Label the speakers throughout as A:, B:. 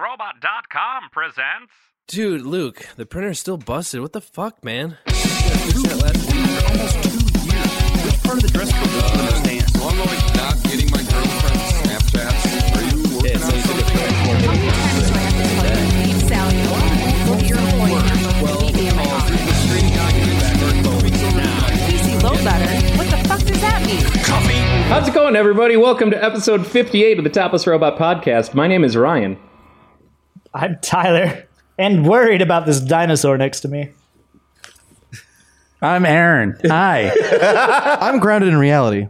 A: ToplessRobot.com presents.
B: Dude, Luke, the printer's still busted. What the fuck, man?
C: I'm like not getting my girlfriend's Snapchats. Are you working on something?
D: What the fuck does that mean?
E: How's it going, everybody? Welcome to episode 58 of the Topless Robot Podcast. My name is Ryan.
F: I'm Tyler, and worried about this dinosaur next to me.
G: I'm Aaron. Hi.
H: I'm grounded in reality.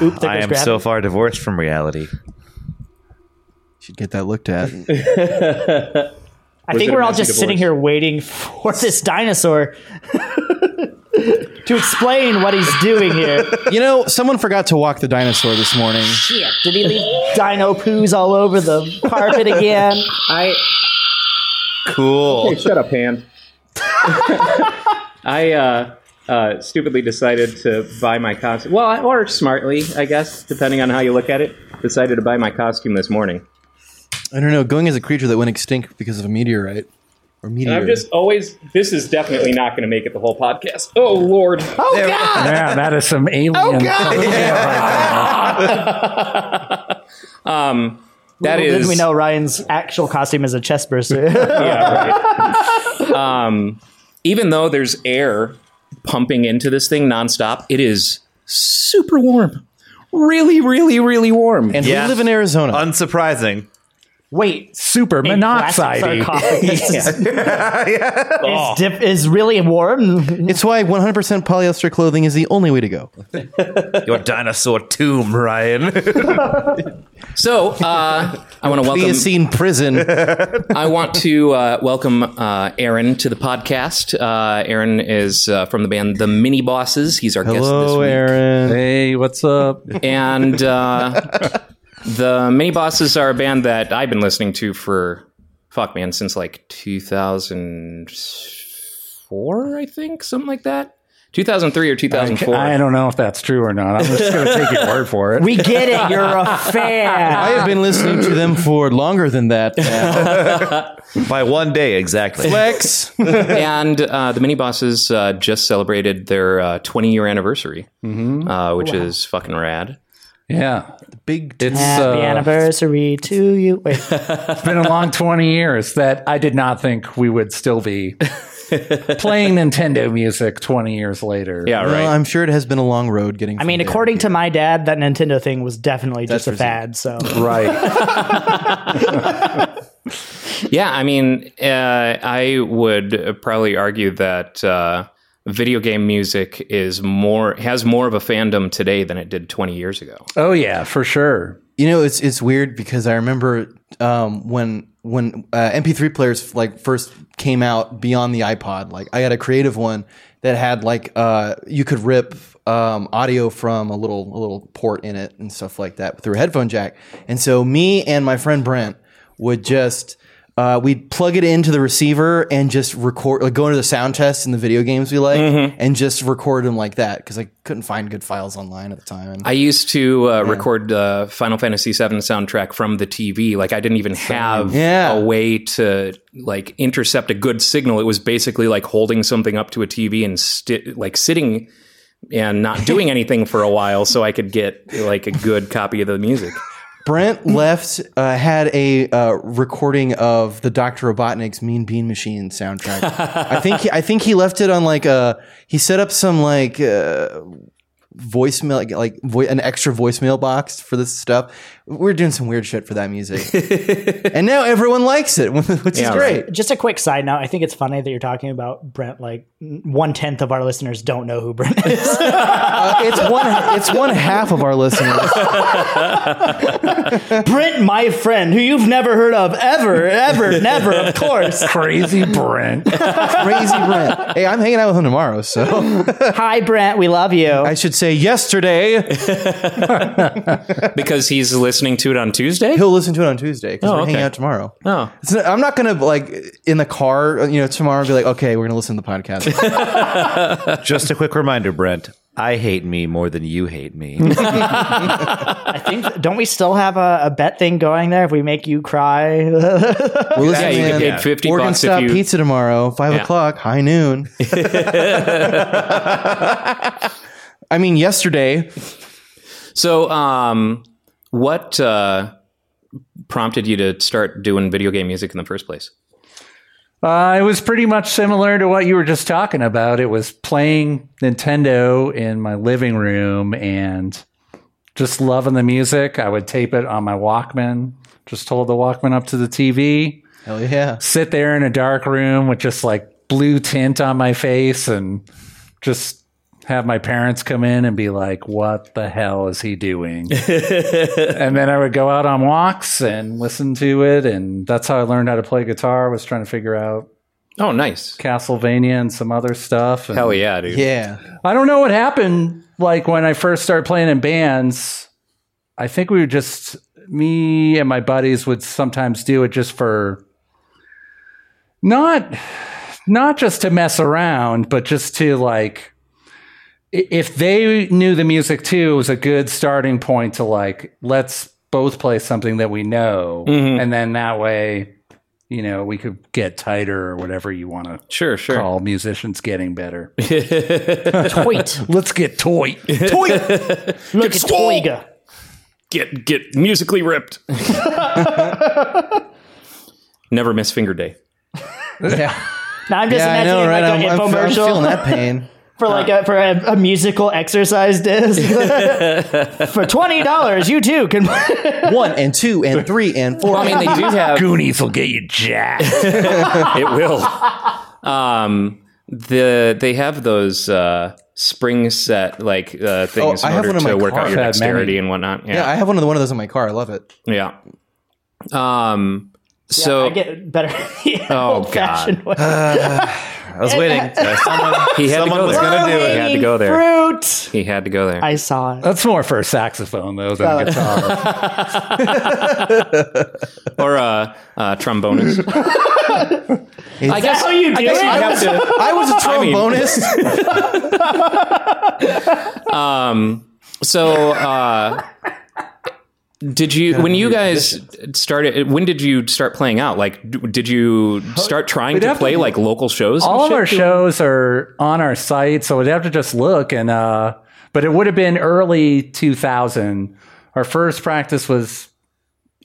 F: Oop, there
G: I
F: goes
G: am
F: gravity.
G: so far divorced from reality.
H: Should get that looked at.
F: I
E: it a
F: think we're all
E: messy
F: just sitting
E: divorce?
F: here waiting for this dinosaur to explain what he's doing here.
H: You know, someone forgot to walk the dinosaur this morning.
F: Shit, did he leave dino poos all over the carpet again?
E: I
G: Cool.
E: hey, shut up, hand. I uh, uh, stupidly decided to buy my costume. Well, or smartly, I guess, depending on how you look at it. Decided to buy my costume this morning.
H: I don't know, going as a creature that went extinct because of a meteorite or meteor.
E: And I'm just always. This is definitely not going to make it the whole podcast. Oh lord!
G: yeah, that is some alien.
E: Um, that
F: Little
E: is-
F: did we know Ryan's actual costume is a chest burster.
E: yeah, right. um, even though there's air pumping into this thing nonstop, it is super warm. Really, really, really warm.
H: and
G: Yeah.
H: we live in Arizona.
G: Unsurprising.
F: Wait,
G: Super
F: a plastic sarcophagus is, is, dip, is really warm.
H: it's why 100% polyester clothing is the only way to go.
G: Your dinosaur tomb, Ryan.
E: So uh, I want to welcome.
H: Eocene prison.
E: I want to uh, welcome uh, Aaron to the podcast. Uh, Aaron is uh, from the band The Mini Bosses. He's our guest this
H: Hello,
E: week.
H: Aaron.
G: hey, what's up?
E: And uh, the Mini Bosses are a band that I've been listening to for fuck man since like 2004, I think, something like that. 2003 or 2004.
G: I don't know if that's true or not. I'm just going to take your word for it.
F: We get it. You're a
H: I
F: fan.
H: have been listening to them for longer than that. now.
G: By one day, exactly.
H: Flex.
E: and uh, the mini bosses uh, just celebrated their uh, 20 year anniversary,
H: Mm-hmm.
E: uh, which is fucking rad.
I: Yeah,
H: Big
I: it's
F: Happy
I: uh,
F: anniversary to you. Wait,
I: it's been a long twenty years that I did not think we would still be playing Nintendo music twenty years later.
E: Yeah,
H: Well,
E: right.
H: I'm sure it has been a long road getting.
F: I mean, according to my dad, that Nintendo thing was definitely just a fad. So
I: right.
E: yeah, I mean, uh, I would probably argue that uh, video game music is more has more of a fandom today than it did 20 years ago.
I: Oh yeah, for sure.
H: You know, it's it's weird because I remember um, when when uh, MP3 players like first came out beyond the iPod. Like I had a creative one that had like uh, you could rip um, audio from a little a little port in it and stuff like that through a headphone jack. And so me and my friend Brent would just uh, we'd plug it into the receiver and just record, like go into the sound tests in the video games we like, and just record them like that because I couldn't find good files online at the time. And
E: I used to uh, record uh, Final Fantasy VII soundtrack from the TV. Like I didn't even have
H: Yeah.
E: a way to like intercept a good signal. It was basically like holding something up to a TV and sti- like sitting and not doing anything for a while, so I could get like a good copy of the music.
H: Brent left, uh, had a uh, recording of the Doctor Robotnik's Mean Bean Machine soundtrack. I think he, I think he left it on like a he set up some like uh, voicemail like, like vo- an extra voicemail box for this stuff. We're doing some weird shit for that music, and now everyone likes it, which
E: Yeah,
H: is
E: right.
H: great.
F: just a quick side note. I think it's funny that you're talking about Brent. Like one tenth of our listeners don't know who Brent is.
H: Uh, it's one it's one half of our listeners.
F: Brent, my friend, who you've never heard of ever, ever, never, of course.
I: Crazy Brent.
H: Crazy Brent. Hey, I'm hanging out with him tomorrow, so
F: Hi, Brent. We love you.
H: I should say yesterday.
E: because he's listening to it on Tuesday.
H: He'll listen to it on Tuesday because we're
E: okay.
H: hanging out tomorrow.
E: Oh.
H: It's not- I'm not gonna like in the car, you know, tomorrow. Be like, okay, we're gonna listen to the podcast.
G: Just a quick reminder, Brent. I hate me more than you hate me.
F: I think don't we still have a, a bet thing going there? If we make you cry,
H: Well, listen,
E: Yeah, you get
H: man,
E: paid 50
H: Oregon
E: bucks if
H: Stop
E: you-
H: Pizza tomorrow, five
E: Yeah.
H: o'clock, high noon. I mean, yesterday.
E: So, um, what uh, prompted you to start doing video game music in the first place?
I: Uh, it was pretty much similar to what you were just talking about. It was playing Nintendo in my living room and just loving the music. I would tape it on my Walkman, just hold the Walkman up to the TV,
H: Hell yeah.
I: sit there in a dark room with just like blue tint on my face and just have my parents come in and be like, what the hell is he doing? and then I would go out on walks and listen to it. And that's how I learned how to play guitar, was trying to figure out
E: Oh, nice.
I: Castlevania and some other stuff. And
E: Hell yeah, dude.
H: Yeah.
I: I don't know what happened. Like when I first started playing in bands, I think we were just me and my buddies would sometimes do it just for not not just to mess around, but just to like i- if they knew the music too, it was a good starting point to like let's both play something that we know, and then that way, you know, we could get tighter or whatever you want to
E: Sure, sure.
I: call musicians getting better.
F: Toit.
I: Let's get toy.
F: Look at Toiga.
E: Get get musically ripped. Never miss finger day.
H: Yeah.
F: Now I'm just
H: yeah, I
F: imagining
H: know, right?
F: like
H: I'm,
F: an
H: I'm- I'm
F: infomercial
H: feeling that pain.
F: for like
E: Uh.
F: a, for a, a musical exercise disc. for twenty dollars, you too can.
H: One and two and three and four.
E: Well, I mean, they do have
I: Goonies will get you jacked.
E: it will. Um, the they have those uh, spring set like uh, things
H: I
E: in
H: have
E: order
H: one in my
E: to work
H: car.
E: out your
I: I've had many.
E: dexterity and whatnot.
H: yeah,
E: Yeah,
H: I have one of the one of those in my car. I love it.
E: yeah. Um, so
F: I get better.
E: Oh,
F: old fashioned way.
G: I was waiting. Uh, someone
E: he had
G: someone
E: to go
G: was
E: there.
G: gonna do
E: He
G: it.
E: had to go there.
F: Fruit.
E: He had to go there.
F: I saw it.
I: That's more for a saxophone though than a guitar.
E: or uh, uh, trombonist. I guess
F: How you do
E: I guess
F: it?
E: you have to.
H: I was a
E: mean-
H: trombonist.
E: Um, So, uh, did you when you guys started? When did you start playing out? Like, d- did you start trying to
I: have to
E: play
I: do-
E: like local shows? and
I: All of
E: shit?
I: our shows are on our site, so we'd have to just look and uh but it would have been early 2000. Our first practice was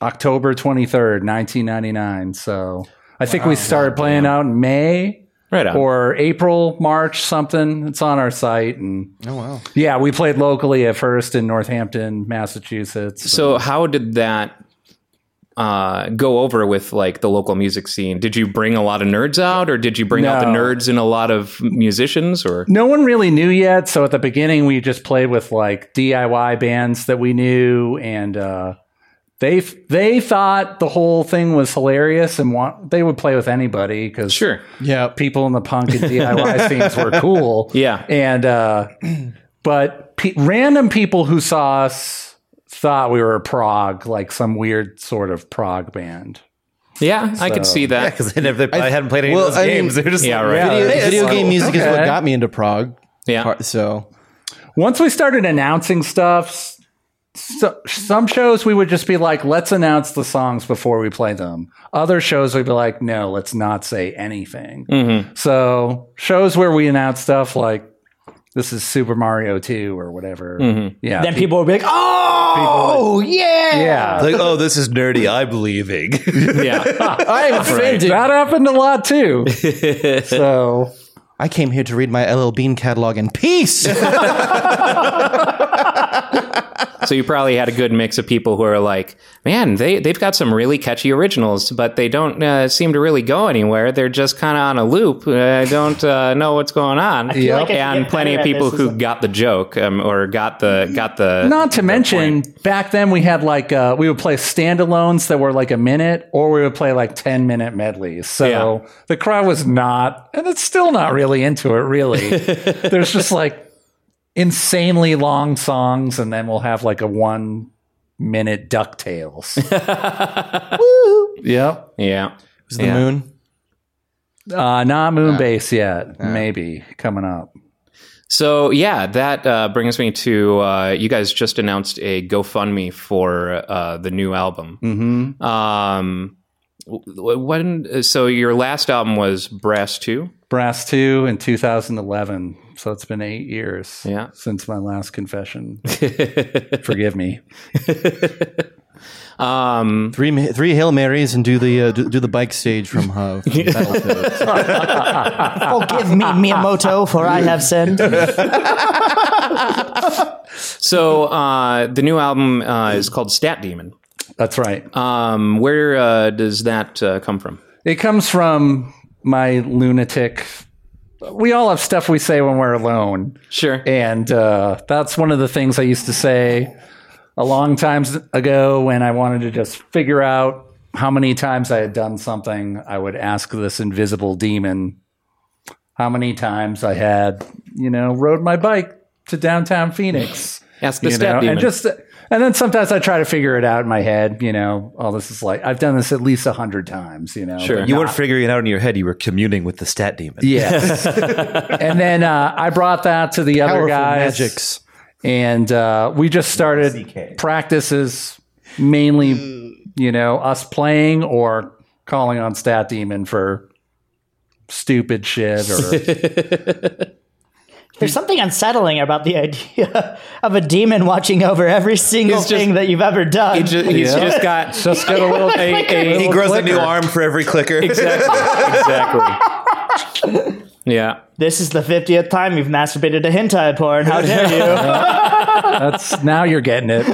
I: October 23rd, 1999. So I think we started playing out in May
E: right on.
I: or April, March, something. It's on our site and
H: oh wow.
I: yeah, we played locally at first in Northampton, Massachusetts.
E: so, how did that uh, go over with like the local music scene? Did you bring a lot of nerds out, or did you bring out the
I: No.
E: nerds and a lot of musicians? Or
I: no one really knew yet. So at the beginning, we just played with like DIY bands that we knew, and uh, they they thought the whole thing was hilarious, and want, they would play with anybody because
E: sure,
H: Yeah.
I: people in the punk and DIY scenes were cool.
E: Yeah.
I: and uh, but pe- random people who saw us thought we were a prog, like some weird sort of prog band.
E: yeah, I could see that.
G: Because they never, I, hadn't played any
H: well,
G: of those
H: I mean-
G: games. They're just
E: Yeah,
G: like,
E: right.
H: Video,
I: it's
H: video
I: like-
H: game music is what
I: okay.
H: got me into Prague.
E: Yeah.
H: Part- So
I: once we started announcing stuff, s- so, some shows we would just be like, let's announce the songs before we play them. Other shows we'd be like, no, let's not say anything. So shows where we announce stuff like this is Super Mario 2 or whatever. Yeah.
F: Then people will be like, "Oh, yeah!"
I: yeah.
G: like, oh, this is nerdy. I'm leaving.
E: yeah,
H: I'm offended.
I: That happened a lot too. so
H: I came here to read my LL Bean catalog in peace.
E: so you probably had a good mix of people who are like, man, they they've got some really catchy originals, but they don't uh, seem to really go anywhere. They're just kind of on a loop. I don't uh, know what's going on.
F: feel like I should
E: and
F: get
E: plenty of
F: better at
E: people
F: this
E: who
F: as a-
E: got the joke um, or got the got the
I: not to mention back then we had like uh, we would play standalones that were like a minute or we would play like 10 minute medleys so
E: Yeah.
I: the crowd was not and it's still not really into it really there's just like insanely long songs and then we'll have like a one minute ducktales yep
E: yeah.
H: Is the moon?
I: uh, not moon base yet maybe coming up
E: So yeah, that uh, brings me to uh, you guys just announced a GoFundMe for uh, the new album. Mm-hmm. Um, wh- when so your last album was Brass Two.
I: Brass 2 in 2011. So it's been eight years
E: Yeah.
I: since my last confession. Forgive me.
E: Um,
H: Three ma- three hail marys and do the uh, do, do the bike stage from uh, from Battletoads.
F: Forgive me, Miyamoto, for I have sinned.
E: so uh, the new album uh, is called Stat Demon.
I: That's right.
E: Um, where uh, does that uh, come from?
I: It comes from my lunatic. We all have stuff we say when we're alone.
E: Sure.
I: And uh, that's one of the things I used to say a long time ago when I wanted to just figure out how many times I had done something. I would ask this invisible demon how many times I had, you know, rode my bike to downtown Phoenix.
E: Ask the
I: you
E: Stat
I: know,
E: Demon.
I: and just and then sometimes I try to figure it out in my head. You know, all this is like I've done this at least a hundred times. You know,
E: Sure.
G: You weren't figuring it out in your head. You were communing with the stat demon.
I: Yes. and then uh, I brought that to the other
H: Powerful
I: guys.
H: magics.
I: And uh, we just started practices, mainly, you know, us playing or calling on Stat Demon for stupid shit or
F: There's something unsettling about the idea of a demon watching over every single
E: It's just-
F: thing that you've ever done.
E: He ju- he's just got
I: just get a little.
E: a, a-
G: He grows a new arm for every clicker.
E: exactly. exactly. Yeah.
F: this is the 50th time you've masturbated to hentai porn. How dare you?
I: That's now you're getting it.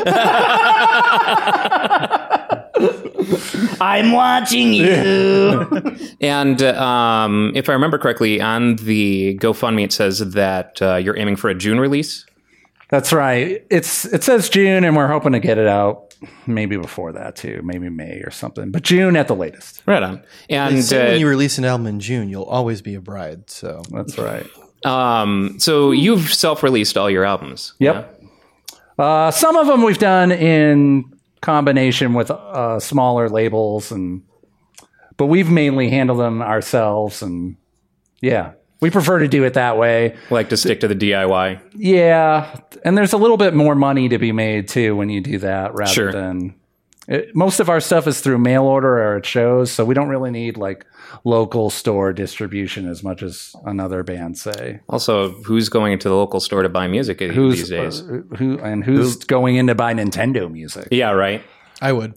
F: I'm watching you.
E: And um, if I remember correctly, on the GoFundMe, it says that uh, you're aiming for a June release.
I: That's right. It's it says June, and we're hoping to get it out maybe before that too, maybe May or something, but June at the latest.
E: Right on.
H: They
E: And
H: say when you
E: uh,
H: release an album in June, you'll always be a bride. So
I: That's right.
E: um, so you've self-released all your albums.
I: Yep. Uh, some of them we've done in combination with uh, smaller labels, and but we've mainly handled them ourselves, and yeah, we prefer to do it that way.
E: Like to stick to the DIY.
I: Yeah, and there's a little bit more money to be made too when you do that, rather
E: Sure.
I: than. It, most of our stuff is through mail order or at shows, so we don't really need like local store distribution as much as another band say.
E: Also, who's going into the local store to buy music
I: Who's
E: these days?
I: uh, who and who's going in to buy Nintendo music?
E: yeah, right.
H: I would.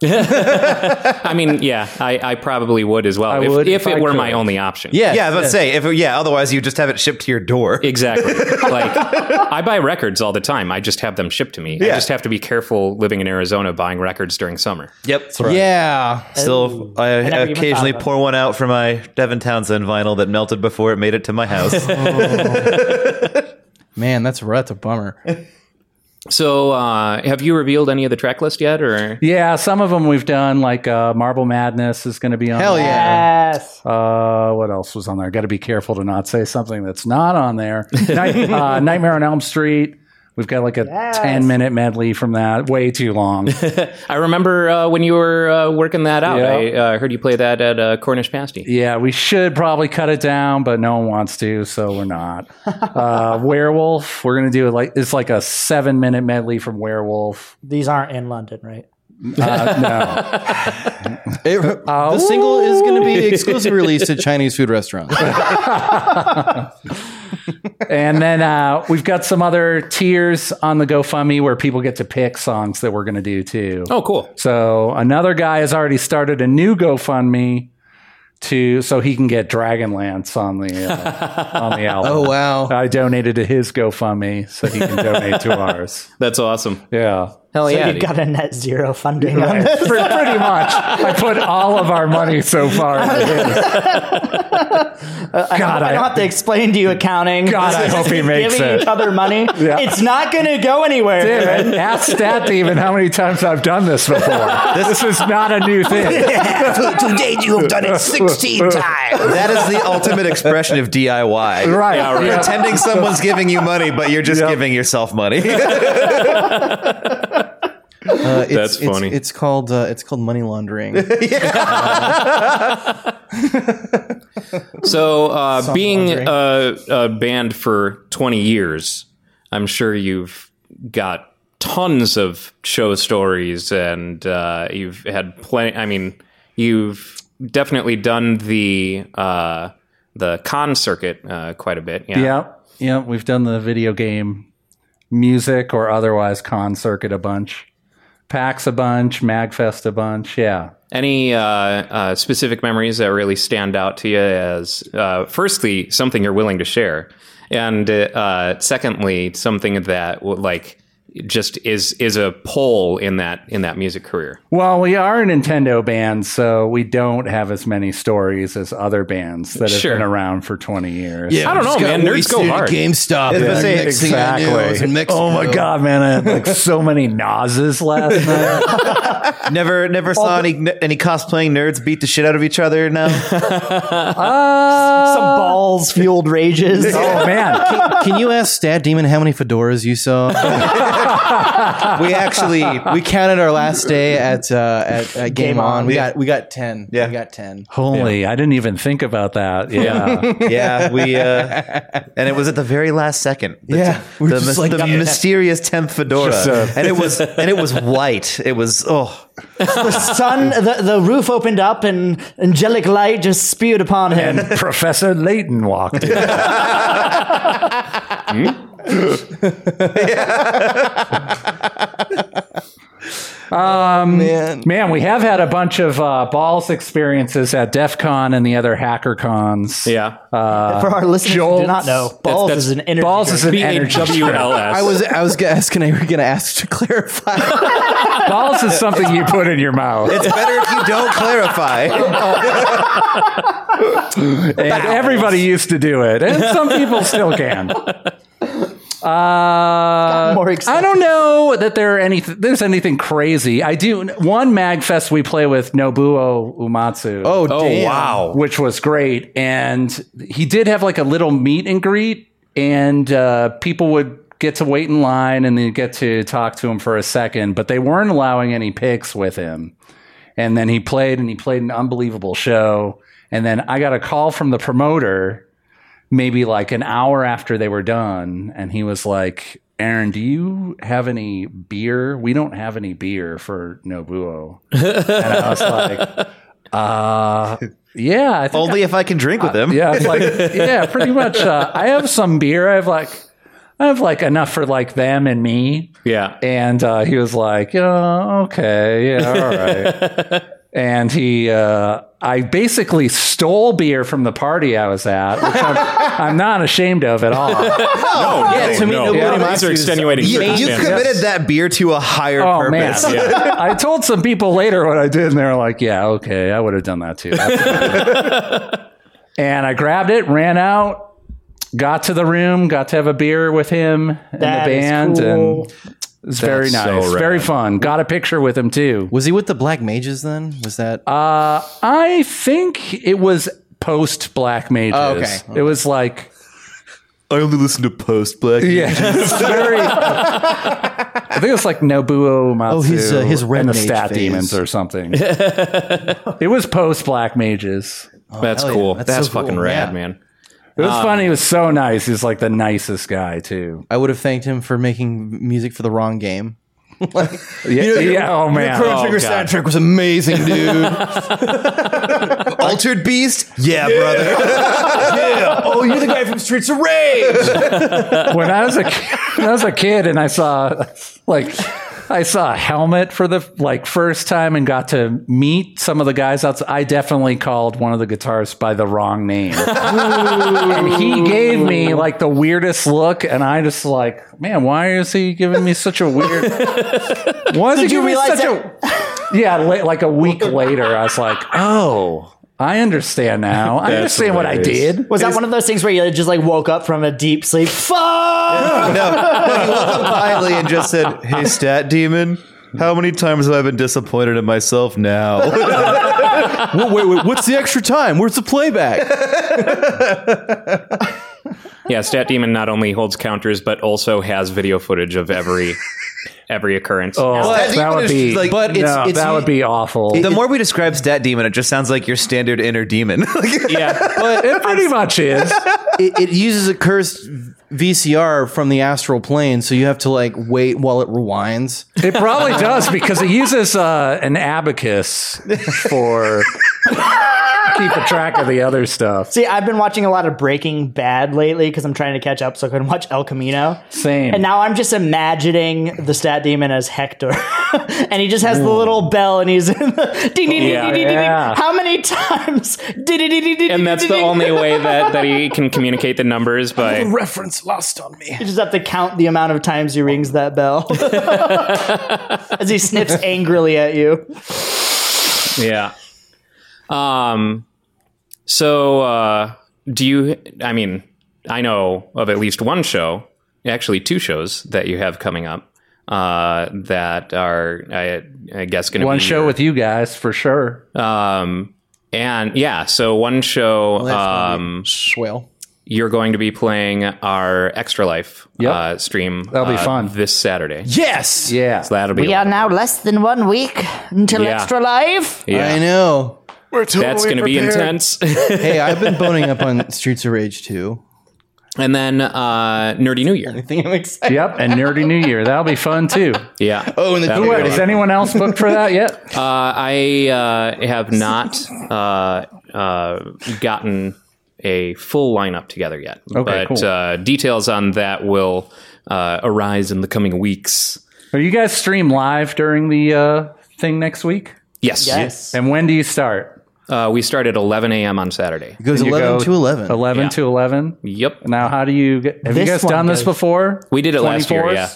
E: I mean, yeah, I, I probably would as well
I: I
E: if,
I: would
E: if,
I: if
E: it
I: I
E: were
I: could.
E: my only option.
H: Yeah,
G: Yeah, I was about to say, if yeah, otherwise you just have it shipped to your door.
E: Exactly. like I buy records all the time. I just have them shipped to me. I
G: Yeah.
E: just have to be careful living in Arizona buying records during summer.
G: Yep.
H: Yeah.
G: Still, I
F: never even
G: occasionally
F: thought about
G: pour one out for my Devin Townsend vinyl that melted before it made it to my house.
H: Man, that's that's a bummer.
E: So, uh, have you revealed any of the track list yet? Or
I: Yeah, some of them we've done, like uh, Marble Madness is going to be on.
H: Hell yeah.
F: yes.
I: Uh, what else was on there? Got to be careful to not say something that's not on there. Night, uh, Nightmare on Elm Street. We've got like a
F: Yes.
I: 10 minute medley from that. Way too long.
E: I remember uh, when you were uh, working that out.
I: Yeah.
E: I uh, heard you play that at uh, Cornish Pasty.
I: yeah, we should probably cut it down, but no one wants to, so we're not. Uh, Werewolf. We're going to do like, it's like a seven minute medley from Werewolf.
F: These aren't in London, right?
H: It- the single is going to be exclusively released at Chinese food restaurants.
I: and then uh, we've got some other tiers on the GoFundMe where people get to pick songs that we're going to do too.
E: Oh, cool.
I: So another guy has already started a new GoFundMe to so he can get Dragonlance on the uh, on the album.
H: Oh wow.
I: I donated to his GoFundMe so he can donate to ours.
E: That's awesome.
I: Yeah.
E: Hell yeah.
F: You've
E: dude.
F: got a net zero funding on
I: Pre-
F: this.
I: pretty much. I put all of our money so far. into his. God,
F: I don't have to explain to you accounting.
I: God, I hope he makes
F: giving
I: it.
F: each other money. It's not going to go anywhere.
I: Dude, ask Stat even how many times I've done this before. This is not a new thing.
A: Today you have done it 16 times.
G: that is the ultimate expression of DIY.
I: Right. Yeah.
G: Pretending someone's giving you money, but you're just giving yourself money.
H: Uh, it's,
E: That's
H: it's-
E: funny.
H: It's, called uh, it's called money laundering.
E: So, uh,
H: Song
E: being
H: laundering.
E: uh, uh, banned for 20 years, I'm sure you've got tons of show stories and uh, you've had plenty. I mean, you've definitely done the uh, the con circuit uh, quite a bit. Yeah.
I: Yeah. Yeah. We've done the video game music or otherwise con circuit a bunch. PAX a bunch, MagFest a bunch. Yeah.
E: Any uh, uh, specific memories that really stand out to you as, uh, firstly, something you're willing to share, and uh, uh, secondly, something that w- like just is is a pole in that in that music career.
I: Well, we are a Nintendo band, so we don't have as many stories as other bands that have
E: Sure.
I: been around for 20 years.
E: I don't know, man. Nerds go hard.
H: GameStop.
I: Yeah,
H: and next thing I knew, I was in Mexico.
I: Oh my god, man! I had like so many noses last night.
G: Never, never saw any any cosplaying nerds beat the shit out of each other. No,
F: Some balls fueled rages.
I: oh man,
H: Can you ask Stat Demon how many fedoras you saw?
G: we actually.
H: we counted our last day at uh, at, at Game,
F: Game
H: On.
F: On.
H: We got we got ten.
G: Yeah.
H: we got ten.
I: holy! I didn't even think about that. Yeah,
G: Yeah, we. Uh, and it was at the very last second. The,
H: Yeah, we're
G: the,
H: just
G: mys-
H: like-
G: the
H: Yeah.
G: mysterious tenth fedora,
I: Just, uh,
G: and it was and it was white. It was oh
F: the sun, the, the roof opened up, and angelic light just spewed upon him.
I: Professor Layton walked in.
H: Man,
I: Man, we have had a bunch of uh, balls experiences at DEF CON and the other hacker cons.
E: Yeah,
I: uh,
F: For our listeners who do not know, balls
E: that's-
F: is an energy.
I: Balls
F: drink.
I: is an
E: B A
I: energy.
E: W L S.
H: I was I was gonna ask, and I were gonna ask to clarify.
I: Balls is something you put in your mouth.
G: It's better if you don't clarify.
I: And everybody used to do it, and some people still can. Uh,
F: more
I: I
F: accepted.
I: don't know that there are any there's anything crazy. I do one Magfest we play with Nobuo Umatsu.
H: Oh, damn.
I: which was great. And he did have like a little meet and greet, and uh, people would get to wait in line and then get to talk to him for a second, but they weren't allowing any pics with him. And then he played and he played an unbelievable show. And then I got a call from the promoter maybe like an hour after they were done. And he was like, Aaron, do you have any beer? We don't have any beer for Nobuo. and I was like, uh, yeah, I think
G: Only if I can drink with them.
I: yeah, it's like yeah, pretty much. Uh, I have some beer. I have like, I have like enough for like them and me.
E: yeah.
I: And uh, he was like, "Yeah, okay, yeah, all right." and he, uh, I basically stole beer from the party I was at, which I'm, I'm not ashamed of at all.
E: No, yeah,
H: to me, nobody
E: yeah,
H: wants
E: these are
H: to-
E: extenuating
G: You, you
E: circumstances.
G: committed that beer to a higher
I: Oh man!
G: purpose.
I: I told some people later what I did, and they were like, "Yeah, okay, I would have done that too." and I grabbed it, ran out, got to the room, got to have a beer with him and
F: That
I: the
F: is
I: band,
F: cool.
I: and it's very
E: so
I: nice,
E: rad.
I: very fun. Got a picture with him too.
H: Was he with the Black Mages then? Was that?
I: Uh, I think it was post Black Mages.
H: Oh, okay.
I: It was like
G: I only listen to post black.
I: yeah, it's very. I think it's like Nobuo Matsu.
H: Oh, his, uh, his Red
I: and the
H: Mage
I: Stat
H: phase.
I: Demons or something. it was post Black Mages.
E: That's
H: Oh, hell yeah.
E: cool.
H: That's
E: That's,
H: so cool.
E: fucking rad,
H: Yeah.
E: man.
I: It was funny. He was so nice. He's like the nicest guy too.
H: I would have thanked him for making music for the wrong game. like,
I: Yeah. yeah oh man.
H: Chrono
I: Oh,
H: Trigger
E: God.
H: soundtrack was amazing, dude.
G: Altered Beast? Yeah, brother.
H: oh, you're the guy from Streets of Rage.
I: when I was a kid, when I was a kid and I saw like I saw a helmet for the like first time and got to meet some of the guys outside. I definitely called one of the guitarists by the wrong name, and he gave me like the weirdest look, and I just like, man, why is he giving me such a weird? Why is he giving me such
F: realize
I: a? Yeah, la- like a week later, I was like, oh. I understand now. I understand what I
E: hilarious.
I: did.
F: Was that one of those things where you just like woke up from a deep sleep? Fuck!
G: no, no, he woke up finally and just said, "Hey, stat demon." How many times have I been disappointed in myself now?
H: wait, wait, wait, what's the extra time? Where's the playback?
E: Yeah, Stat Demon not only holds counters but also has video footage of every every occurrence.
I: Oh,
G: Stat
I: that
G: Demon
I: would
G: is,
I: be
G: like,
H: but it's-
I: no,
H: it's
I: that
H: u-
I: would be awful.
G: The more we describe Stat Demon, it just sounds like your standard inner demon. Like,
E: Yeah.
I: it pretty much is.
H: it, it uses a cursed VCR from the astral plane, so you have to like wait while it rewinds.
I: It probably does because it uses uh, an abacus for keeping track of the other stuff.
F: See, I've been watching a lot of Breaking Bad lately because I'm trying to catch up, so I couldn't watch El Camino.
I: Same.
F: And now I'm just imagining the stat demon as Hector, and he just has the little bell, and he's in the ding ding ding
E: Yeah.
F: ding ding. ding.
I: Yeah.
F: How many times? Ding, ding, ding, ding, ding,
E: And that's the
F: ding, ding.
E: only way that, that he can communicate the numbers by
B: Reference lost on me.
F: You just have to count the amount of times he rings that bell as he sniffs angrily at you.
E: yeah. Um. So, uh, do you? I mean, I know of at least one show, actually two shows that you have coming up uh, that are, I, I guess, going to be
I: One show with you guys for sure.
E: Um, and yeah, so one show, um,
H: Swale.
E: you're going to be playing our Extra Life
I: Yep.
E: uh, stream.
I: That'll be
E: uh,
I: fun.
E: this Saturday.
H: Yes.
I: Yeah.
E: So that'll be
D: We are now less than one week until
E: Yeah.
D: Extra Life.
E: yeah.
H: I know.
B: We're totally
E: That's going to be
B: prepared.
E: intense.
H: Hey, I've been boning up on Streets of Rage too.
E: and then uh, Nerdy New Year.
H: I think I'm excited.
I: Yep. And Nerdy New Year. That'll be fun too. uh,
E: Yeah.
H: Oh, and the
E: That'll be
H: Dude,
E: really
I: Is anyone else booked for that yet?
E: Uh, I uh, have not uh, uh, gotten a full lineup together yet.
I: Okay,
E: but
I: cool.
E: uh, details on that will uh, arise in the coming weeks.
I: Are you guys stream live during the uh, thing next week?
E: Yes.
F: Yes.
I: And when do you start?
E: Uh, we start at 11 a.m. on Saturday.
H: It goes
I: You
H: 11
I: go
H: to 11.
I: 11
E: Yeah.
I: to 11.
E: Yep.
I: Now, how do you get, have
F: This
I: you guys
F: one
I: done this
F: goes-
I: before?
E: We did it last year,
I: 24s?
E: yeah.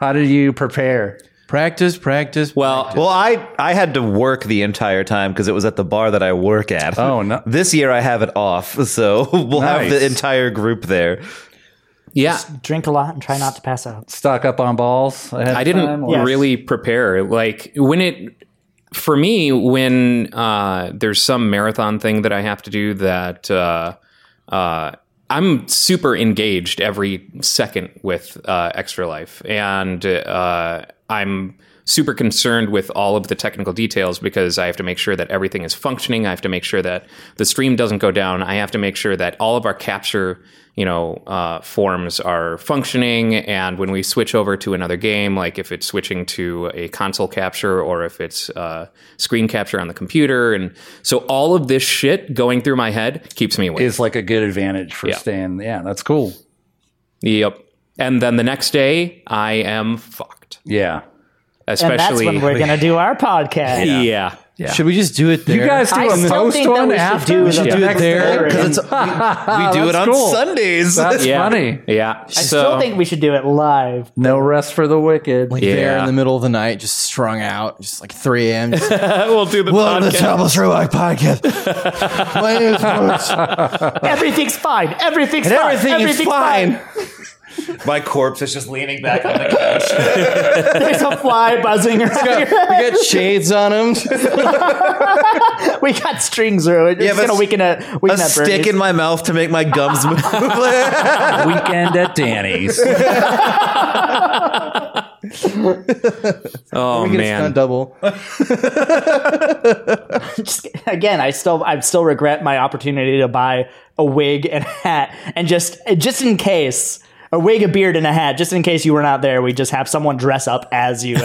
I: How did you prepare?
H: Practice, practice.
E: Well,
G: well, I I had to work the entire time because it was at the bar that I work at.
I: Oh, no.
G: This year I have it off, so we'll have the
I: Nice.
G: entire group there.
E: yeah.
F: Drink a lot and try not to pass out.
I: Stock up on balls. ahead
E: I
I: of time,
E: didn't
I: or-
E: really prepare. Like when it for me when uh, there's some marathon thing that I have to do that uh, uh, I'm super engaged every second with uh, Extra Life, and uh, I'm super concerned with all of the technical details because I have to make sure that everything is functioning. I have to make sure that the stream doesn't go down. I have to make sure that all of our capture, you know, uh, forms are functioning. And when we switch over to another game, like if it's switching to a console capture or if it's uh, screen capture on the computer, and so all of this shit going through my head keeps me awake.
I: is like a good advantage for
E: Yeah.
I: staying. Yeah, that's cool.
E: Yep. And then the next day, I am fucked.
I: Yeah.
E: Especially.
F: And that's when we're gonna do our podcast.
E: yeah.
H: Should we just do it there?
I: You guys do
F: I
I: a
F: still
I: post
F: think that
I: one
F: we should
I: after
F: do
I: We
F: the
I: should
F: next
I: there.
F: day.
G: Because it's we,
E: Uh,
G: we do it
I: That's
G: on
I: cool.
G: Sundays.
I: That's
E: Yeah.
I: funny.
E: Yeah.
F: I still think we should do it live.
I: No rest for the wicked.
H: Like there
E: Yeah.
H: in the middle of the night, just strung out, just like 3 a.m. just like,
E: we'll do the
H: Welcome to the
E: podcast.
H: Trouble Through Life podcast. My name is Brooks.
F: Everything's fine. Everything's
H: And
F: fine.
H: everything is
F: everything's
H: fine.
G: My corpse is just leaning back on the couch.
F: There's a fly buzzing around
H: we
F: here.
H: got shades on them.
F: We got strings through it.
G: Yeah,
F: It's
G: but
F: gonna weaken at weaken
G: a
F: at
G: stick
F: Bernie's.
G: in my mouth to make my gums move.
I: Weekend at Danny's.
E: Oh, man.
H: double.
F: Just- again, I still I still regret my opportunity to buy a wig and a hat, and just just in case. A wig, a beard, and a hat. Just in case you were not there, we just have someone dress up as you.
G: do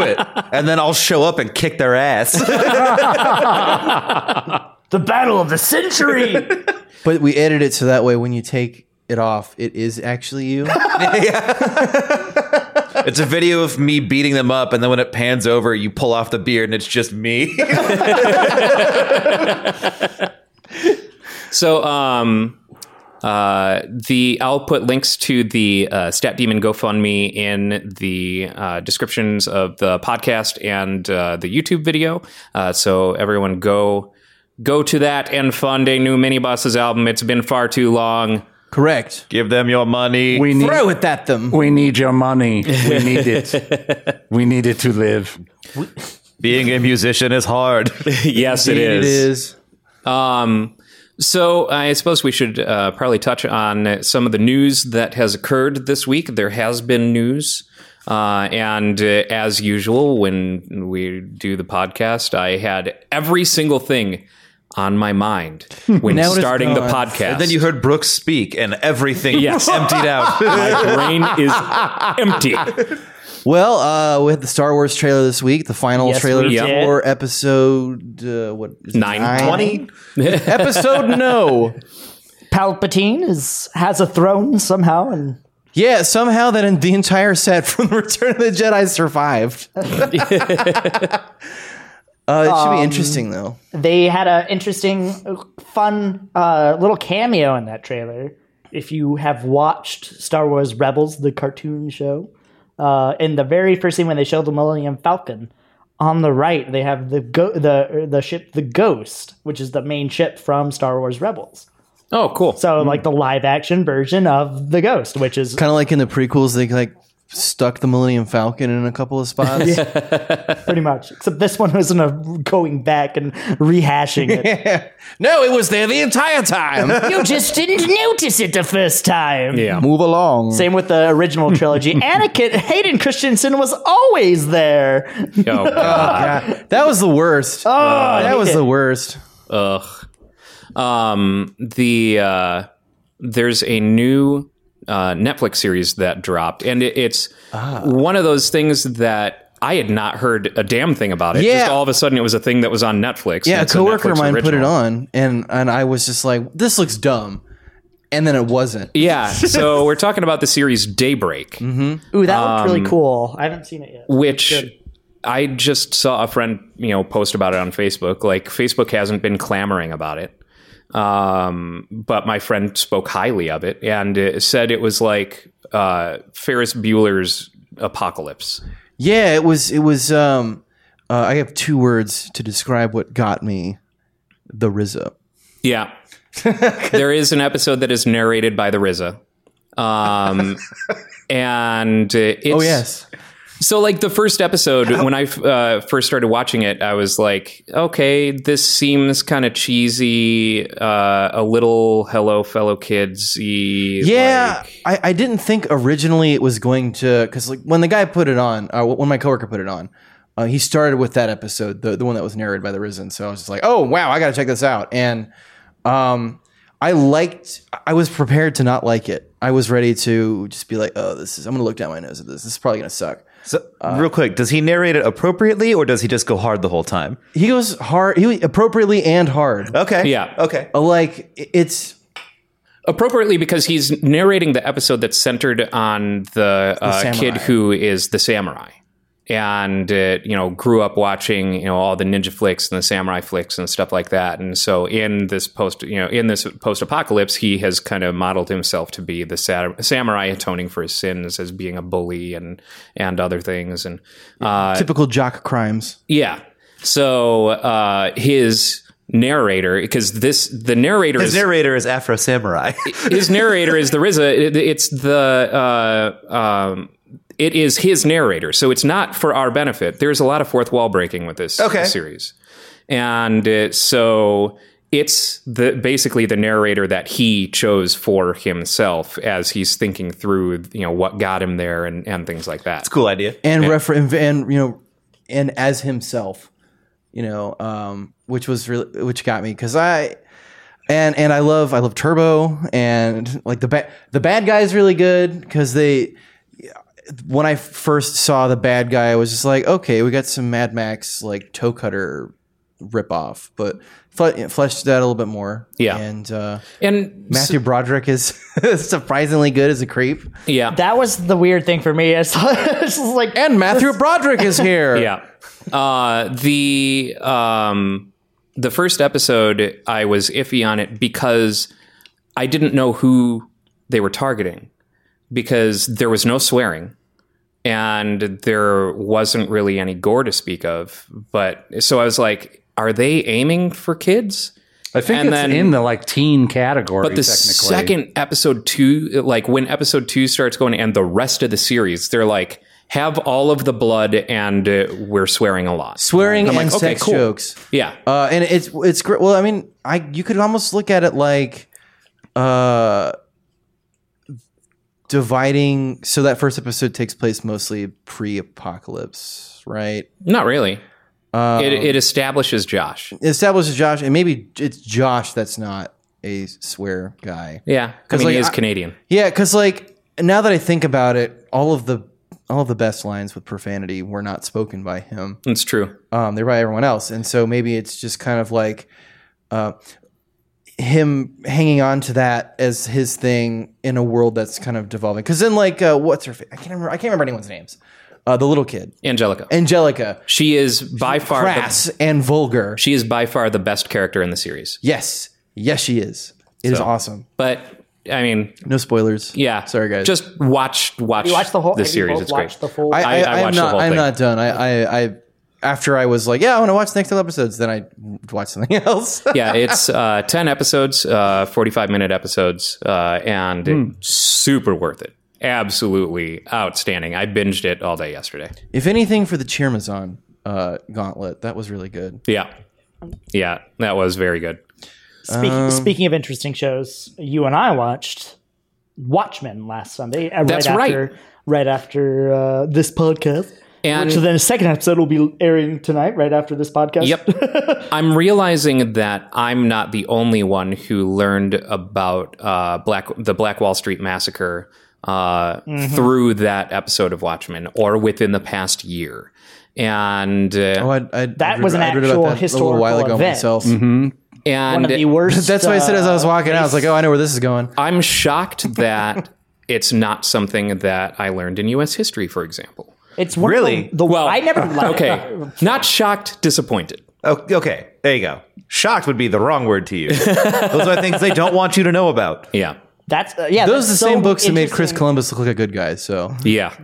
G: it. And then I'll show up and kick their ass.
F: the battle of the century.
H: But we edit it so that way when you take it off, it is actually you.
G: it's a video of me beating them up, and then when it pans over, you pull off the beard and it's just me.
E: So, um, uh, the I'll put links to the uh, Stat Demon GoFundMe in the uh, descriptions of the podcast and uh, the YouTube video. Uh, so everyone go go to that and fund a new Minibus's album. It's been far too long.
H: Correct.
G: Give them your money.
I: We need
H: Throw it at them.
I: we need your money. We need it. We need it to live.
G: Being a musician is hard.
E: yes,
H: It is.
E: Um, so I suppose we should uh, probably touch on some of the news that has occurred this week. There has been news. Uh, and uh, as usual, when we do the podcast, I had every single thing on my mind when
H: Notice
E: starting the
H: that.
E: podcast.
G: And then you heard Brooks speak, and everything
E: Yes.
G: emptied out.
E: my brain is empty.
H: Well, uh, we had the Star Wars trailer this week, the final
F: Yes,
H: trailer
F: we
E: did.
H: for episode uh, what is it,
E: Nine.
G: Twenty.
H: episode no.
F: Palpatine is has a throne somehow, and
H: Yeah, somehow that in the entire set from Return of the Jedi survived. uh, it should be interesting though.
F: they had an interesting, fun uh, little cameo in that trailer. If you have watched Star Wars Rebels, the cartoon show, uh, in the very first scene when they show the Millennium Falcon, on the right they have the go- the the ship the Ghost, which is the main ship from Star Wars Rebels.
E: Oh, cool.
F: So like the live action version of the Ghost, which is
H: Kind of like in the prequels, they like stuck the Millennium Falcon in a couple of spots.
F: pretty much except this one was in a going back and rehashing it.
H: No, it was there the entire time.
F: you just didn't notice it the first time.
E: yeah.
H: Move along.
F: Same with the original trilogy. Anakin Hayden Christensen was always there.
E: Oh, God.
H: That was the worst.
F: Oh,
H: that was the worst.
E: Ugh. Um, the uh, there's a new uh, Netflix series that dropped, and it, it's
H: Ah.
E: one of those things that I had not heard a damn thing about it.
H: Yeah.
E: Just all of a sudden, it was a thing that was on Netflix.
H: Yeah,
E: and
H: a
E: it's a
H: coworker of
E: Netflix
H: mine put it
E: original.
H: on, and and I was just like, "This looks dumb," and then it wasn't.
E: Yeah, so we're talking about the series Daybreak,
F: Ooh, that looked
H: Um,
F: really cool. I haven't seen it yet.
E: which I just saw a friend, you know, post about it on Facebook. Like Facebook hasn't been clamoring about it. Um, but my friend spoke highly of it and uh, said it was like uh, Ferris Bueller's apocalypse.
H: Yeah, it was. It was. Um, uh, I have two words to describe what got me: the Rizzo.
E: Yeah. there is an episode that is narrated by the RZA. Um, and uh, it's,
H: Oh yes,
E: So, like the first episode, when I uh, first started watching it, I was like, okay, this seems kind of cheesy, uh, a little hello, fellow kids
H: yeah. I, I didn't think originally it was going to because like when the guy put it on, uh, when my coworker put it on, uh, he started with that episode, the the one that was narrated by the Rizzo. So I was just like, "Oh wow, I got to check this out." And um, I liked. I was prepared to not like it. I was ready to just be like, "Oh, this is." I'm gonna look down my nose at this. This is probably gonna suck.
G: So, real quick, does he narrate it appropriately, or does he just go hard the whole time?
H: He goes hard. He appropriately and hard.
G: Okay.
E: Yeah.
G: Okay.
H: like it's
E: Appropriately, because he's narrating the episode that's centered on the, uh,
H: samurai.
E: kid who is the samurai. And uh, you know, grew up watching you know all the ninja flicks and the samurai flicks and stuff like that. And so, in this post, you know, in this post-apocalypse, he has kind of modeled himself to be the sa- samurai atoning for his sins as being a bully and and other things. And uh,
H: typical jock crimes.
E: yeah, so uh, his narrator, because this the narrator
G: His
E: is
G: narrator is Afro Samurai.
E: his narrator is the RZA. It- It's the uh, um, it is his narrator, so it's not for our benefit. There's a lot of fourth wall breaking with this
G: Okay.
E: series, and uh, so it's the basically the narrator that he chose for himself as he's thinking through you know what got him there and and things like that.
G: cool idea.
H: and refer and, and you know and as himself you know um which was really which got me because i and and i love i love turbo and like the bad the bad guy is really good because they when i first saw the bad guy i was just like okay we got some mad max like toe cutter rip off but fle- fleshed that a little bit more
E: Yeah.
H: and uh
E: And
H: matthew broderick is surprisingly good as a creep
E: yeah,
F: That was the weird thing for me. It's, it's just like
H: and matthew broderick is here
E: Yeah. Uh, the um, the first episode, I was iffy on it because I didn't know who they were targeting because there was no swearing and there wasn't really any gore to speak of. But so I was like, are they aiming for kids?
I: I think
E: And
I: it's
E: then-
I: in the like teen category.
E: But the
I: technically.
E: second episode two, like when episode two starts going and the rest of the series, they're like, have all of the blood and uh, we're swearing a lot.
H: swearing and
E: like, okay,
H: sex
E: cool.
H: jokes.
E: Yeah.
H: Uh, and it's it's great. Well, I mean, I you could almost look at it like, uh, dividing. So that first episode takes place mostly pre-apocalypse, right?
E: Not really.
H: Um,
E: it, it establishes Josh.
H: It establishes Josh, and maybe it's Josh that's not a swear guy.
E: Yeah, I
H: 'Cause,
E: mean he
H: like,
E: is
H: I-
E: Canadian.
H: Yeah, because like now that I think about it, all of the all of the best lines with profanity were not spoken by him.
E: It's true.
H: Um, they're by everyone else, and so maybe it's just kind of like uh, him hanging on to that as his thing in a world that's kind of devolving. Because then, like, uh, what's her? Fa- I can't remember. I can't remember anyone's names. Uh, the little kid,
E: Angelica.
H: Angelica,
E: she is by far
H: crass
E: the,
H: and vulgar.
E: she is by far the best character in the series.
H: yes, yes, she is. It is
E: So.
H: awesome.
E: But I mean,
H: No spoilers.
E: yeah.
H: sorry guys.
E: Just watch watch,
F: You watch the whole. have you
E: series.
F: both
E: It's
F: watched
E: great.
F: The full.
H: I, I,
E: I- I
H: I am
E: watched the
H: not.
E: whole
H: I'm
E: thing.
H: not done. I, I, I, after I was like, yeah, I want to watch the next couple episodes. Then I watched something else.
E: yeah, it's uh, ten episodes, uh, forty-five minute episodes, uh, and
H: Hmm.
E: it's super worth it. Absolutely outstanding. I binged it all day yesterday.
H: if anything, for the Chermazon uh, Gauntlet, that was really good.
E: Yeah, yeah, that was very good.
F: Speak,
H: Um,
F: speaking of interesting shows, you and I watched Watchmen last Sunday. uh,
E: That's
F: right.
E: right.
F: After, right after uh, this podcast.
E: And
F: so then the second episode will be airing tonight, right after this podcast.
E: Yep. I'm realizing that I'm not the only one who learned about uh, Black the Black Wall Street massacre uh,
F: Mm-hmm.
E: through that episode of Watchmen, or within the past year. And uh,
H: Oh, I, I,
F: That was an
H: I read about
F: actual
H: that a
F: historical
H: little while ago
F: event.
H: myself.
E: and
F: Oh, One of the worst.
H: That's why I said as I was
F: uh,
H: walking out, I was like, oh, I know where this is going.
E: I'm shocked that it's not something that I learned in U.S. history, for example.
F: It's one
G: Really?
F: Of the, the,
E: Well,
F: I never. liked it.
E: Okay, not shocked, disappointed.
G: Oh, okay, there you go. Shocked would be the wrong word to use. Those are things they don't want you to know about.
E: Yeah,
F: That's uh, yeah.
H: Those
F: that's
H: are the
F: so
H: same books that made Chris
F: interesting.
H: Columbus look like a good guy. So
E: yeah,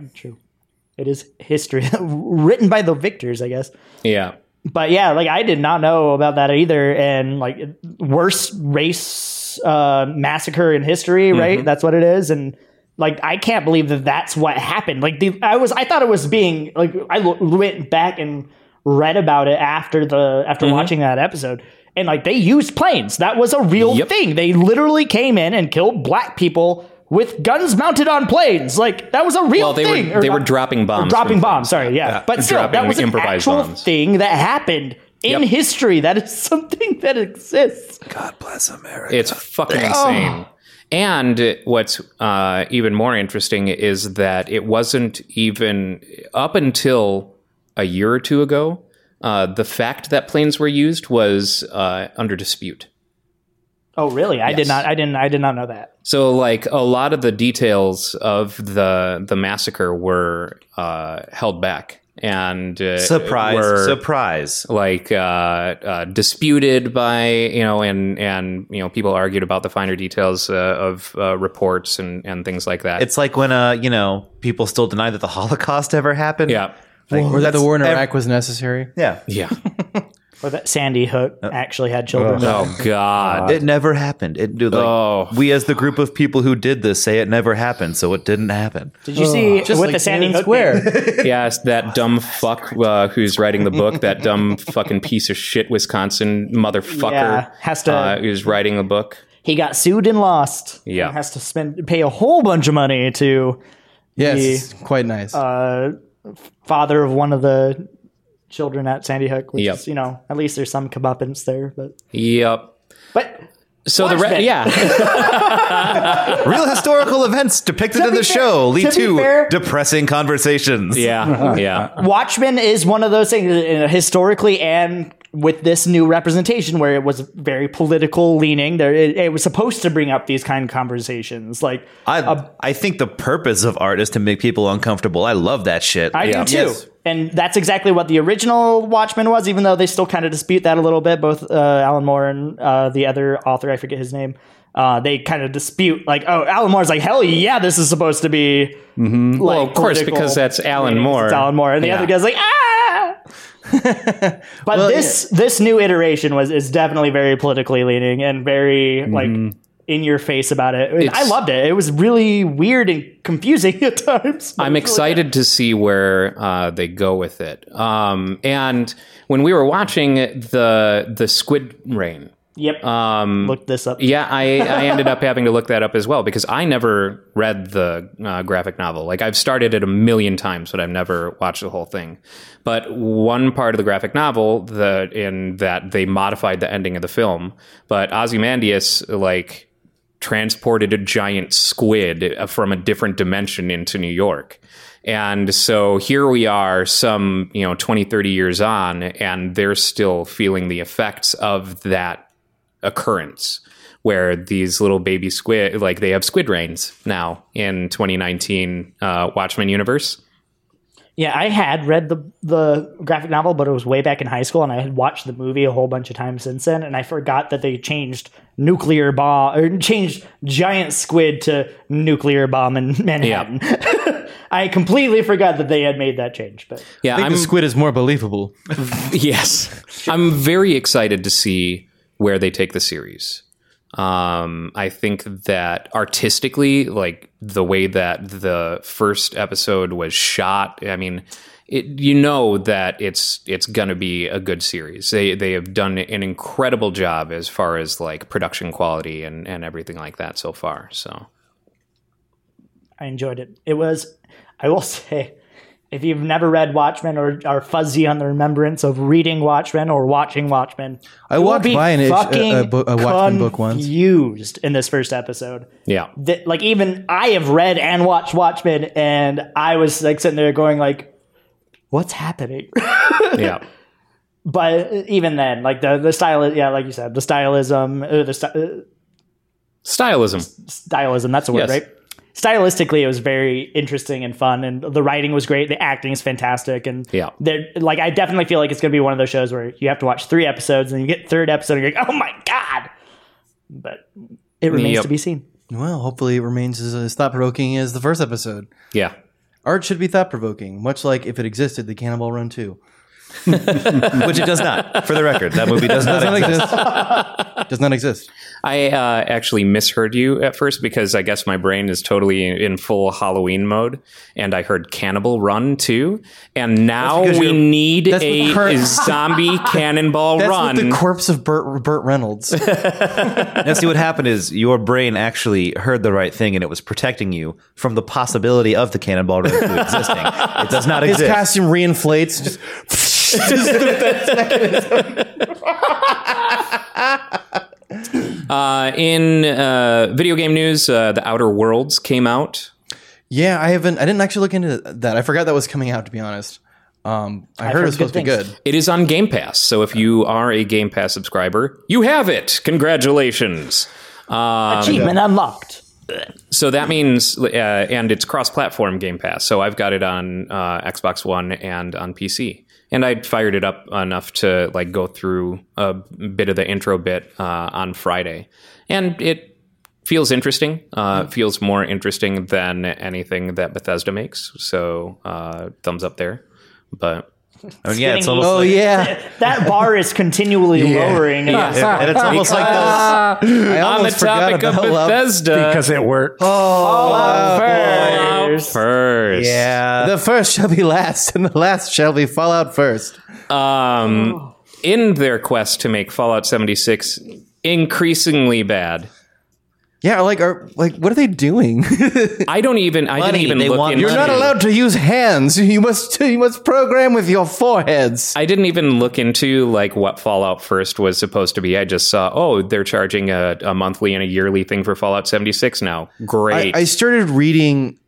F: It is history written by the victors, I guess.
E: yeah.
F: But yeah, like I did not know about that either. And like worst race uh, massacre in history,
E: Mm-hmm.
F: right? That's what it is. And like I can't believe that that's what happened. Like the I was I thought it was being like I lo- went back and read about it after the after
E: Mm-hmm.
F: watching that episode. And like they used planes. That was a real
E: Yep.
F: thing. They literally came in and killed black people with guns mounted on planes. Like that was a real
E: Well, they
F: thing.
E: were
F: Or
E: they were
F: not-
E: dropping bombs.
F: dropping
E: from-
F: bombs. Sorry, yeah, but still, that
E: dropping
F: was an
E: improvised
F: actual
E: bombs.
F: thing that happened in
E: Yep.
F: history. That is something that exists.
E: It's fucking insane. And what's uh, even more interesting is that it wasn't even up until a year or two ago. Uh, the fact that planes were used was uh, under dispute.
F: Oh, really? I did
E: Yes.
F: not. I didn't. I did not know that.
E: So, like a lot of the details of the the massacre were uh, held back and uh,
G: Surprise!
E: were,
G: surprise!
E: like uh, uh, disputed by you know and and you know people argued about the finer details uh, of uh, reports and and things like that.
G: It's like when uh, you know, people still deny that the Holocaust ever happened.
E: yeah,
G: Like,
H: or that the
G: that's
H: war in
G: ev-
H: Iraq was necessary.
G: yeah,
E: yeah.
F: Or that Sandy Hook actually had children.
E: oh God.
G: Uh, it never happened. It do like
E: Oh.
G: we as the group of people who did this say it never happened, so it didn't happen.
F: Did you see with
H: Just like
F: the Sandy
H: Union
F: Hook
H: Square.
F: thing?
E: Yes, that dumb fuck uh, who's writing the book, that dumb fucking piece of shit Wisconsin motherfucker
F: Yeah, has to-
E: uh, who's writing a book.
F: He got sued and lost.
E: Yeah.
F: and has to spend pay a whole bunch of money to
H: Yes, it's quite nice.
F: Uh, father of one of the children at Sandy Hook. Which
E: Yep.
F: is, you know, at least there's some comeuppance there. But
E: Yep.
F: but
E: So the re-
F: Watchmen.
E: yeah,
G: Real historical events depicted in
F: be
G: the
F: fair-
G: show lead
F: to be
G: to,
F: fair-
G: depressing conversations.
E: yeah, yeah,
F: Watchmen is one of those things uh, historically and with this new representation where it was very political leaning there it, it was supposed to bring up these kind of conversations like
G: I I think the purpose of art is to make people uncomfortable. I love that shit.
F: i
E: Yeah.
F: do too
E: Yes.
F: and that's exactly what the original watchmen was even though they still kind of dispute that a little bit both uh, alan moore and uh, the other author i forget his name uh, they kind of dispute like oh alan moore's like hell yeah this is supposed to be like,
E: Well, of course,
F: political
E: because that's Alan
F: leaning, 'cause
E: Moore.
F: it's alan moore and the
E: Yeah.
F: other guy's like ah But this this new iteration was is definitely very politically leaning and very
E: Mm-hmm.
F: like in your face about it. And I
E: It's-
F: loved it. It was really weird and confusing at times.
E: I'm excited to see where uh, they go with it. Um, and when we were watching the the Squid Rain,
F: Yep. Um, Look this up.
E: Yeah, I, I ended up having to look that up as well because I never read the uh, graphic novel. Like, I've started it a million times, but I've never watched the whole thing. But one part of the graphic novel, the in that they modified the ending of the film, but Ozymandias, like, transported a giant squid uh, from a different dimension into New York. And so here we are some, you know, 20, 30 years on, and they're still feeling the effects of that occurrence where these little baby squid like they have squid rains now in 2019 uh, watchmen universe
F: Yeah, I had read the the graphic novel, but it was way back in high school, and I had watched the movie a whole bunch of times since then, and I forgot that they changed nuclear bomb or changed giant squid to nuclear bomb in Manhattan. I completely forgot that they had made that change, but
E: yeah
H: I think
E: i'm
H: the squid is more believable.
E: yes i'm very excited to see where they take the series um, i think that artistically like the way that the first episode was shot i mean it, you know that it's it's gonna be a good series. They they have done an incredible job as far as like production quality and, and everything like that so far. So
F: I enjoyed it. It was, I will say, if you've never read Watchmen or are fuzzy on the remembrance of reading Watchmen or watching Watchmen,
H: I
F: you will
H: walked
F: be
H: by an ish- a- a
F: fucking
H: bo- a Watchmen book once.
F: Confused in this first episode.
E: yeah,
F: That, like even I have read and watched Watchmen, and I was like sitting there going like, "What's happening?"
E: yeah.
F: but even then, like the the style, yeah, like you said, the stylism, uh, the sty- uh,
E: Stylism.
F: stylism. That's the word,
E: Yes.
F: right? Stylistically, it was very interesting and fun, and the writing was great. The acting is fantastic, and
E: Yeah.
F: they're- like I definitely feel like it's going to be one of those shows where you have to watch three episodes, and you get third episode, and you're like, oh my god! But it remains
E: Yep.
F: to be seen.
H: Well, hopefully it remains as, as thought provoking as the first episode.
E: Yeah.
H: Art should be thought provoking, much like if it existed, the Cannonball Run 2.
G: Which it does not, for the record. That movie does not
H: Does not
G: exist.
H: exist. Does not exist.
E: I uh, actually misheard you at first because I guess my brain is totally in, in full Halloween mode, and I heard Cannibal Run too, and now
H: because
E: we
H: you're-
E: need
H: That's
E: a
H: with Kurt-
E: zombie Cannonball
H: That's
E: Run.
H: with the corpse of Burt, Burt Reynolds.
G: Now, see, what happened is your brain actually heard the right thing and it was protecting you from the possibility of the cannonball run food existing. It does not
H: His
G: exist.
H: costume reinflates. Just,
E: uh, in uh, video game news, uh, The Outer Worlds came out.
H: yeah, I haven't. I didn't actually look into that. I forgot that was coming out. To be honest, um, I heard it
F: heard
H: was supposed
F: good
H: to be
F: things.
H: good.
E: It is on Game Pass, so if you are a Game Pass subscriber, you have it. Congratulations. Uh, Um,
F: Achievement unlocked.
E: So that means, uh, and it's cross-platform Game Pass. So I've got it on uh, Xbox One and on PC, and I fired it up enough to like go through a bit of the intro bit uh, on Friday, and it feels interesting. Uh, it Feels more interesting than anything that Bethesda makes. So uh, thumbs up there. But
G: I mean, yeah, it's
F: getting
G: almost
H: Oh
G: like,
H: yeah,
F: That bar is continually lowering.
G: and it's almost like those,
H: I
E: on the
H: almost forgot
E: topic of
H: about Love-
E: Bethesda,
I: because it worked.
E: Fallout first.
G: yeah,
H: The first shall be last, and the last shall be Fallout first.
E: um, in their quest to make Fallout 76 increasingly bad.
H: Yeah, like, are, like, what are they doing?
E: I don't even. I
G: Money.
E: didn't even
G: They
E: look
G: want
E: into.
H: You're not allowed to use hands. You must, you must program with your foreheads.
E: I didn't even look into like what Fallout First was supposed to be. I just saw, oh, they're charging a, a monthly and a yearly thing for Fallout 76 now.
H: I,
E: Great.
H: I started reading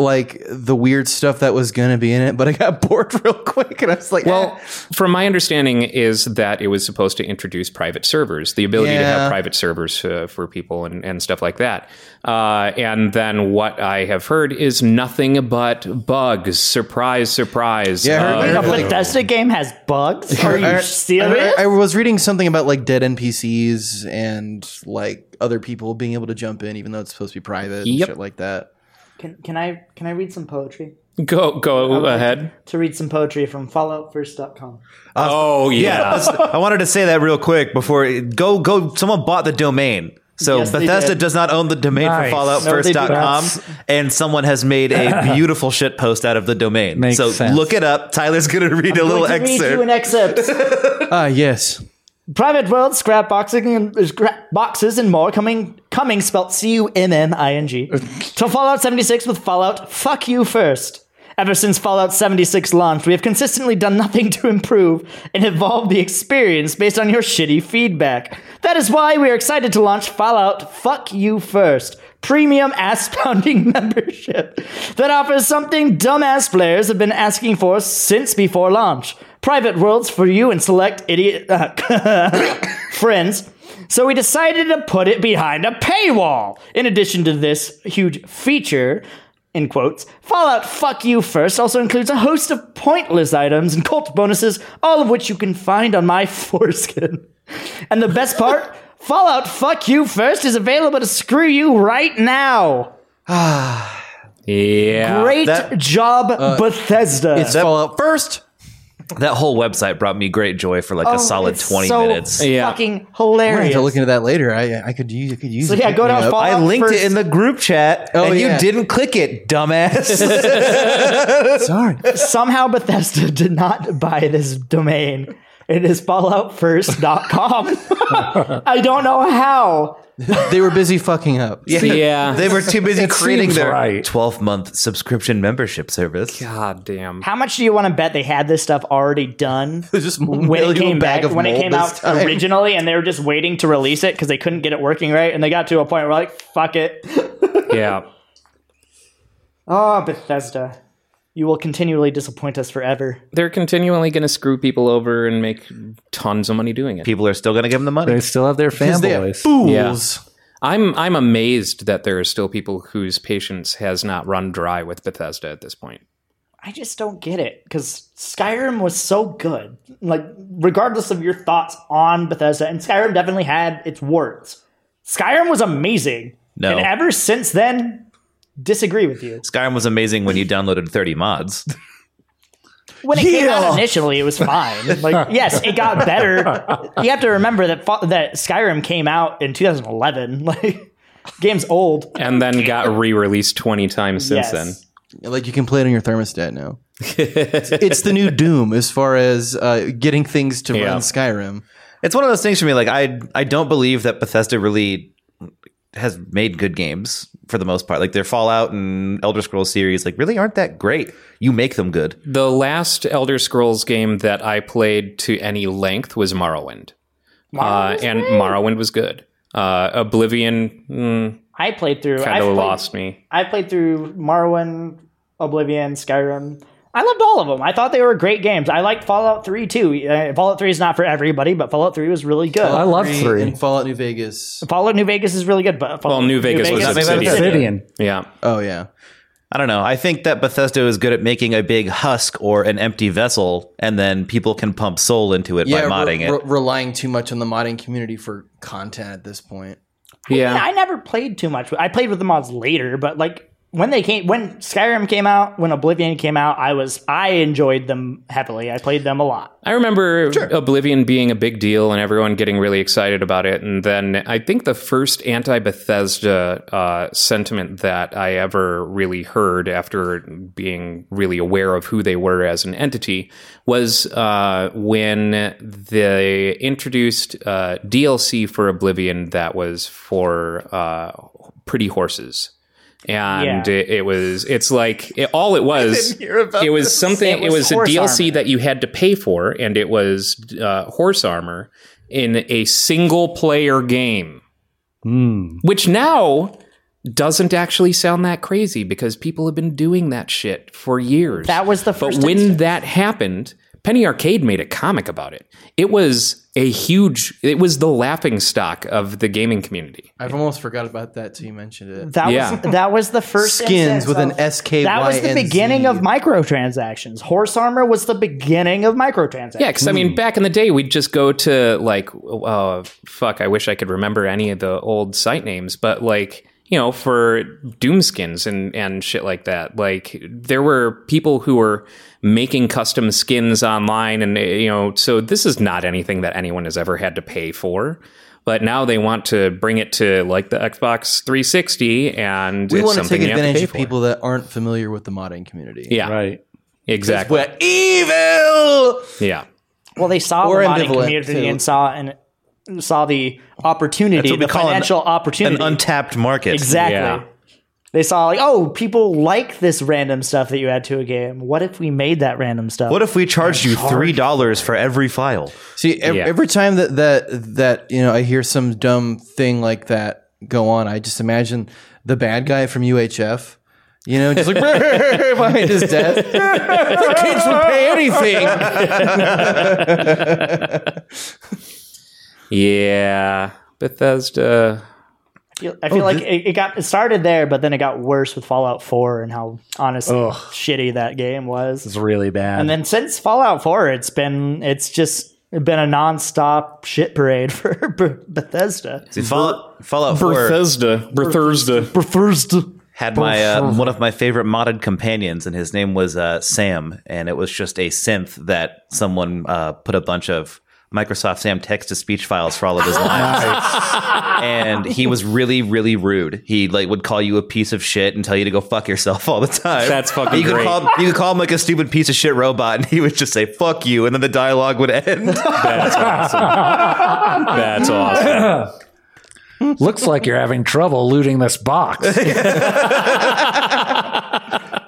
H: like the weird stuff that was gonna be in it, but I got bored real quick, and I was like, eh.
E: well, from my understanding, is that it was supposed to introduce private servers, the ability to have
H: Yeah.
E: private servers uh, for people and, and stuff like that. Uh, and then what I have heard is nothing but bugs. Surprise, surprise.
H: Yeah, I heard-
E: Uh,
H: I heard
F: A
H: like-
F: Bethesda game has bugs. Are
H: I-
F: you serious?
H: I, I was reading something about like dead NPCs and like other people being able to jump in, even though it's supposed to be private and
E: Yep.
H: shit like that.
F: Can, can I can I read some poetry?
E: go go ahead.
F: To read some poetry from FalloutFirst.com.
H: Uh,
E: Oh yeah.
G: That's- I wanted to say that real quick before go go. Someone bought the domain. So
F: Yes, they
G: Bethesda
F: did.
G: does not own the domain
I: Nice.
G: for
F: No, they do.
G: falloutfirst.com
F: That's-
G: and someone has made a beautiful shit post out of the domain.
I: Makes
G: so
I: sense.
G: look it up. Tyler's going to read a little
F: Going to read
G: excerpt.
F: you an excerpt.
H: Ah, yes.
F: Private World, Scrap Boxing, and uh, Scrap Boxes, and more coming, coming spelt C U M M I N G, to Fallout 76 with Fallout Fuck You First. Ever since Fallout 76 launched, we have consistently done nothing to improve and evolve the experience based on your shitty feedback. That is why we are excited to launch Fallout Fuck You First, premium ass pounding membership that offers something dumbass players have been asking for since before launch. Private worlds for you and select idiot uh, friends. So we decided to put it behind a paywall. In addition to this huge feature, in quotes, Fallout Fuck You First also includes a host of pointless items and cult bonuses, all of which you can find on my foreskin. And the best part, Fallout Fuck You First is available to screw you right now.
E: Yeah.
F: Great
G: Uh, that- uh,
F: job, Bethesda.
H: It's Fallout first.
G: That whole website brought me great joy for like a solid
F: Oh, it's
G: 20
F: so
G: minutes.
E: Yeah.
F: Fucking
H: I have
F: hilarious.
H: to look into that later. I I could use I could use.
F: So
H: it.
F: yeah, go down
H: Yep.
F: Fallout
G: I linked
F: first.
G: it in the group chat
H: Oh,
G: and
H: yeah.
G: you didn't click it, dumbass.
F: Somehow Bethesda did not buy this domain. It is falloutfirst.com. I don't know how.
H: They were busy fucking up. Yeah.
E: Yeah.
G: they were too busy creating
I: seems
G: their
I: right.
G: 12 month subscription membership service.
E: God damn.
F: How much do you want to bet they had this stuff already done
H: Just
F: when it came
H: bag
F: back
H: of
F: when it
H: mold
F: came
H: this
F: out
H: time.
F: originally and they were just waiting to release it because they couldn't get it working right and they got to a point where like fuck it.
E: Yeah.
F: Oh Bethesda. You will continually disappoint us forever.
E: They're continually going to screw people over and make tons of money doing it.
G: People are still going to give them the money.
I: They still have their
H: they have
I: fanboys.
H: fools.
E: I'm I'm amazed that there are still people whose patience has not run dry with Bethesda at this point.
F: I just don't get it because Skyrim was so good. Like, regardless of your thoughts on Bethesda, and Skyrim definitely had its warts. Skyrim was amazing.
G: No.
F: And ever since then, disagree with you.
G: Skyrim was amazing when you downloaded 30 mods.
F: When it came out initially, it was fine. Like, yes, it got better. You have to remember that fo- that Skyrim came out in 2011. Like, game's old.
E: And then got re-released 20 times since
F: yes.
E: then.
H: Like you can play it on your thermostat now. it's the new Doom as far as uh, getting things to
E: Yeah.
H: run Skyrim.
G: it's one of those things for me. Like I, I don't believe that Bethesda really has made good games for the most part. Like their Fallout and Elder Scrolls series, like really aren't that great. You make them good.
E: The last Elder Scrolls game that I played to any length was Morrowind. Uh, and Morrowind was good. Uh, Oblivion mm,
F: I played through. I
E: kind of
F: played-
E: lost me.
F: I played through Morrowind, Oblivion, Skyrim. I loved all of them. I thought they were great games. I liked Fallout 3 too. Uh, Fallout 3 is not for everybody, but Fallout 3 was really good.
I: I love three.
H: and Fallout New Vegas.
F: Fallout New Vegas is really good, but Fallout
E: Well, New Vegas was Obsidian.
I: Obsidian.
E: Yeah.
H: Oh yeah,
G: I don't know. I think that Bethesda is good at making a big husk or an empty vessel, and then people can pump soul into it
H: yeah.
G: by modding
H: re-
G: it.
H: re- relying too much on the modding community for content at this point.
E: Yeah.
F: I never played too much. I played with the mods later, but like when they came, when Skyrim came out, when Oblivion came out, I was I enjoyed them heavily. I played them a lot.
E: I remember Oblivion being a big deal and everyone getting really excited about it. And then I think the first anti Bethesda uh, sentiment that I ever really heard after being really aware of who they were as an entity was uh, when they introduced uh, DLC for Oblivion that was for uh, pretty horses. And
F: Yeah.
E: it, it was, it's like, it, all it was, it was something, it
F: It was
E: was,
F: horse
E: a DLC
F: armor.
E: that you had to pay for, and it was uh, horse armor in a single player game, which now doesn't actually sound that crazy because people have been doing that shit for years.
F: That was the
E: but
F: first.
E: when
F: instance.
E: that happened, Penny Arcade made a comic about it. It was a huge, it was the laughing stock of the gaming community.
H: I've almost forgot about that till you mentioned it.
F: that
E: yeah.
F: was that was the first
H: Skins
F: instance
H: with an
F: of-
H: SKY.
F: That was the beginning of microtransactions. Horse armor was the beginning of microtransactions.
E: Yeah, because I
H: Hmm.
E: mean, back in the day, we'd just go to like, uh, fuck, I wish I could remember any of the old site names, but like, you know, for Doomskins and and shit like that, like there were people who were making custom skins online, and uh, you know, so this is not anything that anyone has ever had to pay for. But now they want to bring it to like the Xbox 360, and
H: We
E: it's
H: want to
E: something you
H: take
E: have to
H: advantage
E: pay
H: of
E: for.
H: people that aren't familiar with the modding community.
E: Yeah,
I: Right.
E: exactly.
H: We're evil.
E: Yeah.
F: Well, they saw
H: Or
F: the modding
H: ambivalent,
F: community
H: too.
F: and saw and saw the
G: That's
F: opportunity,
G: what we
F: the
G: call an-
F: financial
G: An
F: opportunity.
G: untapped market.
F: exactly.
E: Yeah.
F: They saw like, oh, people like this random stuff that you add to a game. What if we made that random stuff?
G: What if we charged you three dollars for every file?
H: See, ev-
E: Yeah.
H: every time that that that you know, I hear some dumb thing like that go on, I just imagine the bad guy from UHF. You know, just like behind his desk. the kids would pay anything.
E: Yeah. Bethesda.
F: I feel,
G: oh,
F: I feel like it, it got it started there, but then it got worse with Fallout 4 and how honestly shitty that game was.
I: It's really bad.
F: And then since Fallout 4, it's been it's just been a nonstop shit parade for Beth- Bethesda.
G: See, Fall, Fallout Four
E: Bethesda. Bethesda.
G: had my uh, one of my favorite modded companions, and his name was uh, Sam, and it was just a synth that someone uh, put a bunch of Microsoft Sam text to speech files for all of his lines, and he was really, really rude. He like would call you a piece of shit and tell you to go fuck yourself all the time.
E: That's fucking
G: you could
E: great.
G: Call, you could call him like a stupid piece of shit robot, and he would just say fuck you, and then the dialogue would end.
E: That's awesome. That's awesome.
I: Looks like you're having trouble looting this box.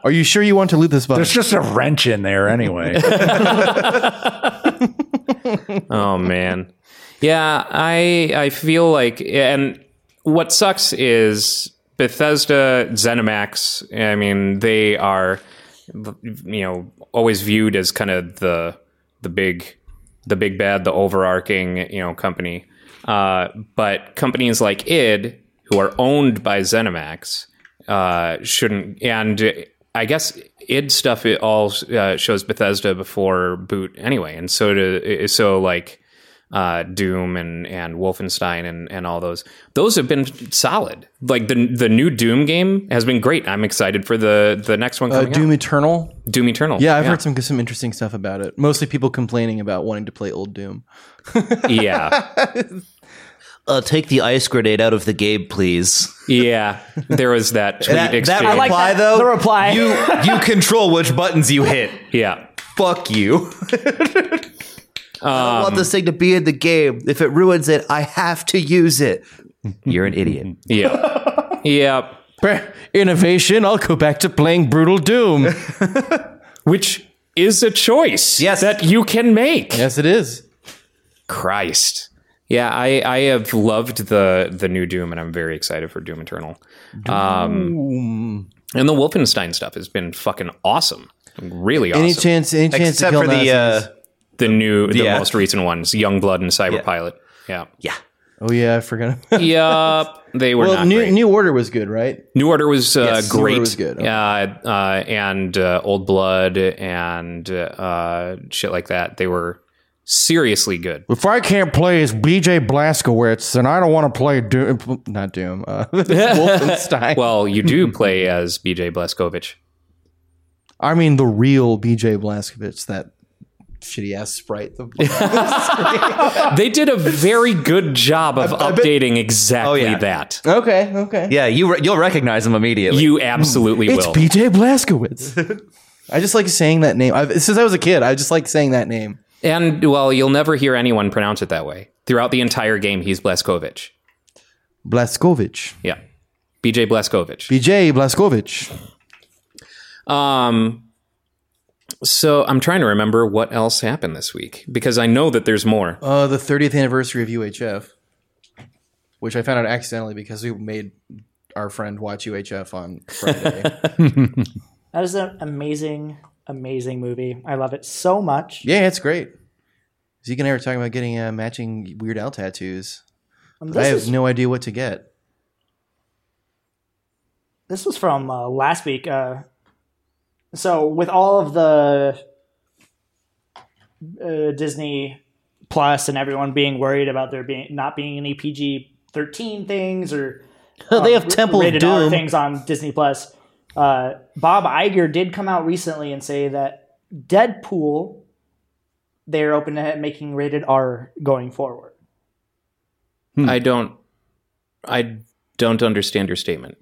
H: Are you sure you want to loot this
I: There's
H: box?
I: just a wrench in there anyway.
E: Oh man. Yeah, I I feel like and what sucks is Bethesda, ZeniMax, I mean, they are you know, always viewed as kind of the the big the big bad, the overarching, you know, company. Uh, but companies like id, who are owned by ZeniMax, uh, shouldn't. And uh, I guess id stuff it all uh, shows Bethesda before boot anyway, and so do so like uh, Doom and and Wolfenstein and and all those. Those have been solid. Like the the new Doom game has been great. I'm excited for the the next one
H: Uh,
E: coming
H: Doom
E: out.
H: Eternal.
E: Doom Eternal.
H: Yeah, I've heard some some interesting stuff about it. Mostly people complaining about wanting to play old Doom.
E: yeah.
G: uh, take the ice grenade out of the game, please.
E: Yeah, there was that tweet
G: That,
E: exchange.
G: that reply,
F: that-
G: though,
F: the reply.
G: you you control which buttons you hit.
E: yeah,
G: Fuck you. I want this thing to be in the game. If it ruins it, I have to use it. You're an idiot.
E: yeah, yeah.
H: Brr, Innovation. I'll go back to playing brutal Doom.
E: Which is a choice
G: Yes.
E: that you can make.
H: yes, it is.
E: Christ. Yeah, I, I have loved the the new Doom, and I'm very excited for Doom Eternal. Um, and the Wolfenstein stuff has been fucking awesome, really awesome.
H: Any chance? Any chance?
G: Except
H: to kill
G: for the uh,
H: Nazis?
E: the new, the
G: Yeah.
E: most recent ones, Youngblood and Cyberpilot. Yeah,
G: yeah.
H: oh yeah, I forgot.
E: yup, they were
H: well,
E: not
H: New
E: great.
H: New Order was good, right?
E: New Order was uh,
H: Yes, New
E: great.
H: Order was good, okay.
E: Uh, uh, and uh, Old Blood and uh, shit like that. They were seriously good.
H: If I can't play as BJ Blazkowicz, then I don't want to play Doom. Not Doom. Uh, Wolfenstein.
E: Well, you do play as BJ Blazkowicz.
H: I mean, the real BJ Blazkowicz, that shitty ass sprite. The-
E: They did a very good job of
H: bet- Oh,
E: updating exactly
G: yeah.
E: that.
H: okay, okay.
G: Yeah, you re- you'll recognize him immediately.
E: You absolutely
H: it's
E: will.
H: BJ Blazkowicz. I just like saying that name. I've, since I was a kid, I just like saying that name.
E: and well, you'll never hear anyone pronounce it that way throughout the entire game. He's Blazkowicz.
H: Blazkowicz.
E: Yeah, BJ Blazkowicz.
H: BJ Blazkowicz.
E: Um, so I'm trying to remember what else happened this week because I know that there's more.
H: Uh, the 30th anniversary of UHF, which I found out accidentally because we made our friend watch UHF on Friday.
F: That is an amazing, amazing movie. I love it so much.
H: Yeah, it's great. Zeke and I were talking about getting uh, matching Weird Al tattoos.
F: Um,
H: I
F: this,
H: have
F: is,
H: no idea what to get.
F: this was from uh, last week. Uh, so with all of the uh, Disney Plus and everyone being worried about there being not being any PG thirteen things or
G: they have
F: r- rated R things on Disney Plus. Uh, Bob Iger did come out recently and say that Deadpool they're open to making rated R going forward.
E: Hmm. I don't I don't understand your statement.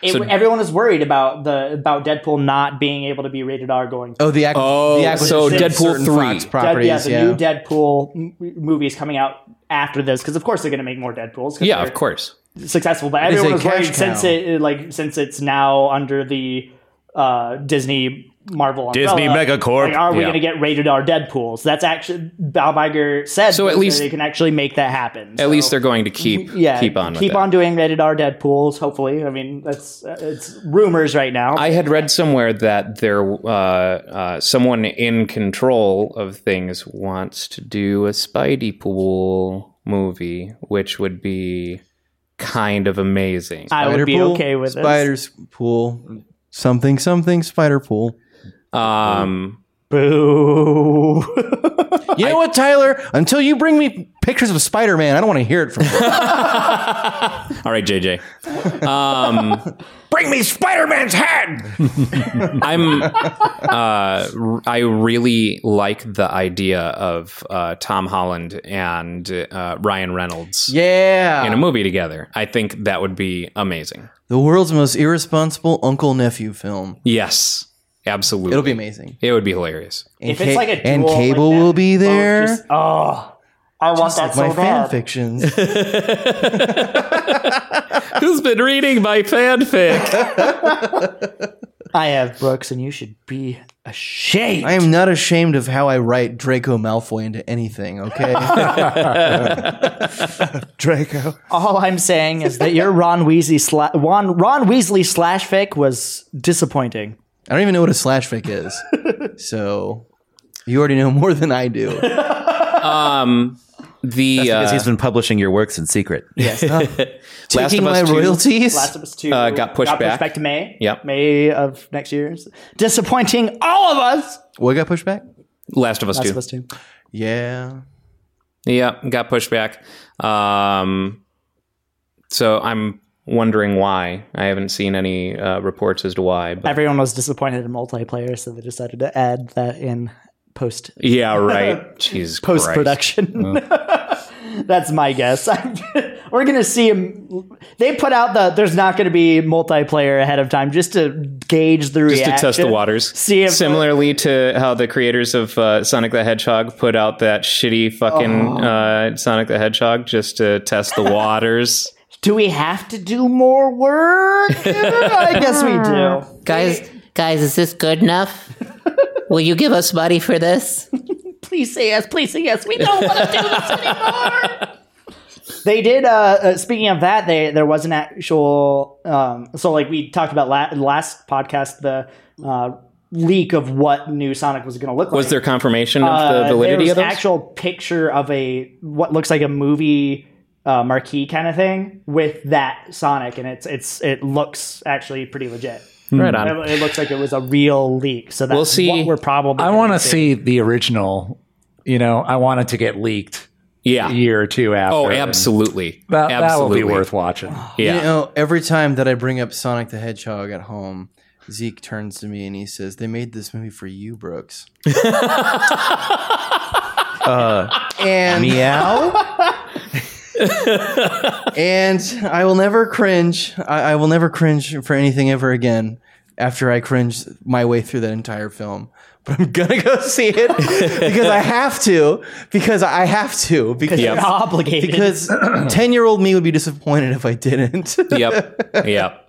F: It, everyone was worried about the about Deadpool not being able to be rated R going.
H: Oh, the ac-
E: Oh,
H: the
E: so
H: acquisition of
E: Deadpool
H: certain
E: 3.
H: Fox
E: Dead-
F: Dead,
H: properties,
F: yeah, the
H: yeah.
F: new Deadpool m- movies coming out after this because of course they're going to make more Deadpools. 'cause
E: Yeah,
F: they're
E: of course.
F: Successful, but
H: is
F: everyone
H: a
F: was worried
H: cash
F: since
H: cow.
F: it like since it's now under the uh, Disney Marvel
G: Disney
H: uh,
F: umbrella,
G: Megacorp.
F: Like, are we
E: Yeah.
F: going to get rated R Deadpools? That's actually Bob Iger said.
E: So at
F: that
E: least-
F: they can actually make that happen.
E: At least they're going to keep
F: yeah,
E: keep on with
F: keep
E: that.
F: on doing rated R Deadpool's. Hopefully, I mean that's uh, it's rumors right now.
E: I had read somewhere that there uh, uh, someone in control of things wants to do a Spidey pool movie, which would be kind of amazing.
F: I would be
H: Spider-Pool,
F: okay with it.
H: Spider's pool, something, something, spider pool.
E: Um,
F: Boo.
H: You know what, Tyler? Until you bring me pictures of Spider Man, I don't want to hear it from you.
E: all right, Um, JJ.
A: Bring me Spider Man's head!
E: I'm uh, r- I really like the idea of uh, Tom Holland and uh, Ryan Reynolds in a
H: yeah.
E: movie together. I think that would be amazing.
H: The world's most irresponsible uncle nephew film.
E: Yes, absolutely.
H: It'll be amazing.
E: It would be hilarious.
H: And
F: If it's like a
H: and
F: duel like
H: Cable
F: that,
H: will be there.
F: just- oh, I want that so
H: my fan
F: bad.
H: fictions.
E: Who's been reading my fanfic?
F: I have Brooks, and you should be ashamed.
H: I am not ashamed of how I write Draco Malfoy into anything, okay? Draco.
F: All I'm saying is that your Ron Weasley sla- Ron, Ron Weasley slash fic was disappointing.
H: I don't even know what a slash fic is. so you already know more than I do.
E: The
G: Because
E: uh,
G: he's been publishing your works in secret.
H: Taking
E: of
H: my
E: Us 2.
H: royalties.
F: Last of Us Two
E: Uh, got pushed back.
F: to May.
E: Yep.
F: May of next year's. Disappointing all of us.
H: what got pushed back?
E: Last of Us
F: Last
E: Two.
F: of Us Two.
H: Yeah.
E: Yeah, got pushed back. Um, so I'm wondering why. I haven't seen any uh, reports as to why. But
F: Everyone was disappointed in multiplayer, so they decided to add that in post
E: yeah, right. Jesus Christ. Oh.
F: post production. That's my guess. We're gonna see him. They put out the there's not gonna be multiplayer ahead of time just to gauge the
E: Just
F: reaction.
E: to test the waters.
F: See if-
E: Similarly to how the creators of uh, Sonic the Hedgehog put out that shitty fucking
F: Oh.
E: uh, Sonic the Hedgehog just to test the waters.
F: Do we have to do more work? I guess we do.
J: Guys, guys, is this good enough? Will you give us money for this?
F: Please say yes. Please say yes. We don't want to do this anymore. They did. Uh, uh, speaking of that, they there was an actual. Um, so, like we talked about la- last podcast, the uh, leak of what new Sonic was going to look like.
E: Was there confirmation of
F: Uh,
E: the validity
F: there
E: of
F: was
E: those?
F: an actual picture of a what looks like a movie uh, marquee kind of thing with that Sonic, and it's it's it looks actually pretty legit.
E: right on.
F: It, it looks like it was a real leak, so that's
E: Hmm. We'll see.
F: what we're probably.
I: I want to see the original. You know, I want it to get leaked
E: Yeah.
I: a year or two after.
E: Oh,
I: and
E: absolutely.
I: That, that will
E: absolutely.
I: be worth watching.
E: Yeah.
H: You know, every time that I bring up Sonic the Hedgehog at home, Zeke turns to me and he says, They made this movie for you, Brooks. and
G: Meow?
H: and I will never cringe. I, I will never cringe for anything ever again. After I cringed my way through that entire film, but I'm gonna go see it because I have to. Because I have to. Because
F: You're obligated.
H: because ten year old me would be disappointed if I didn't.
E: yep. Yep.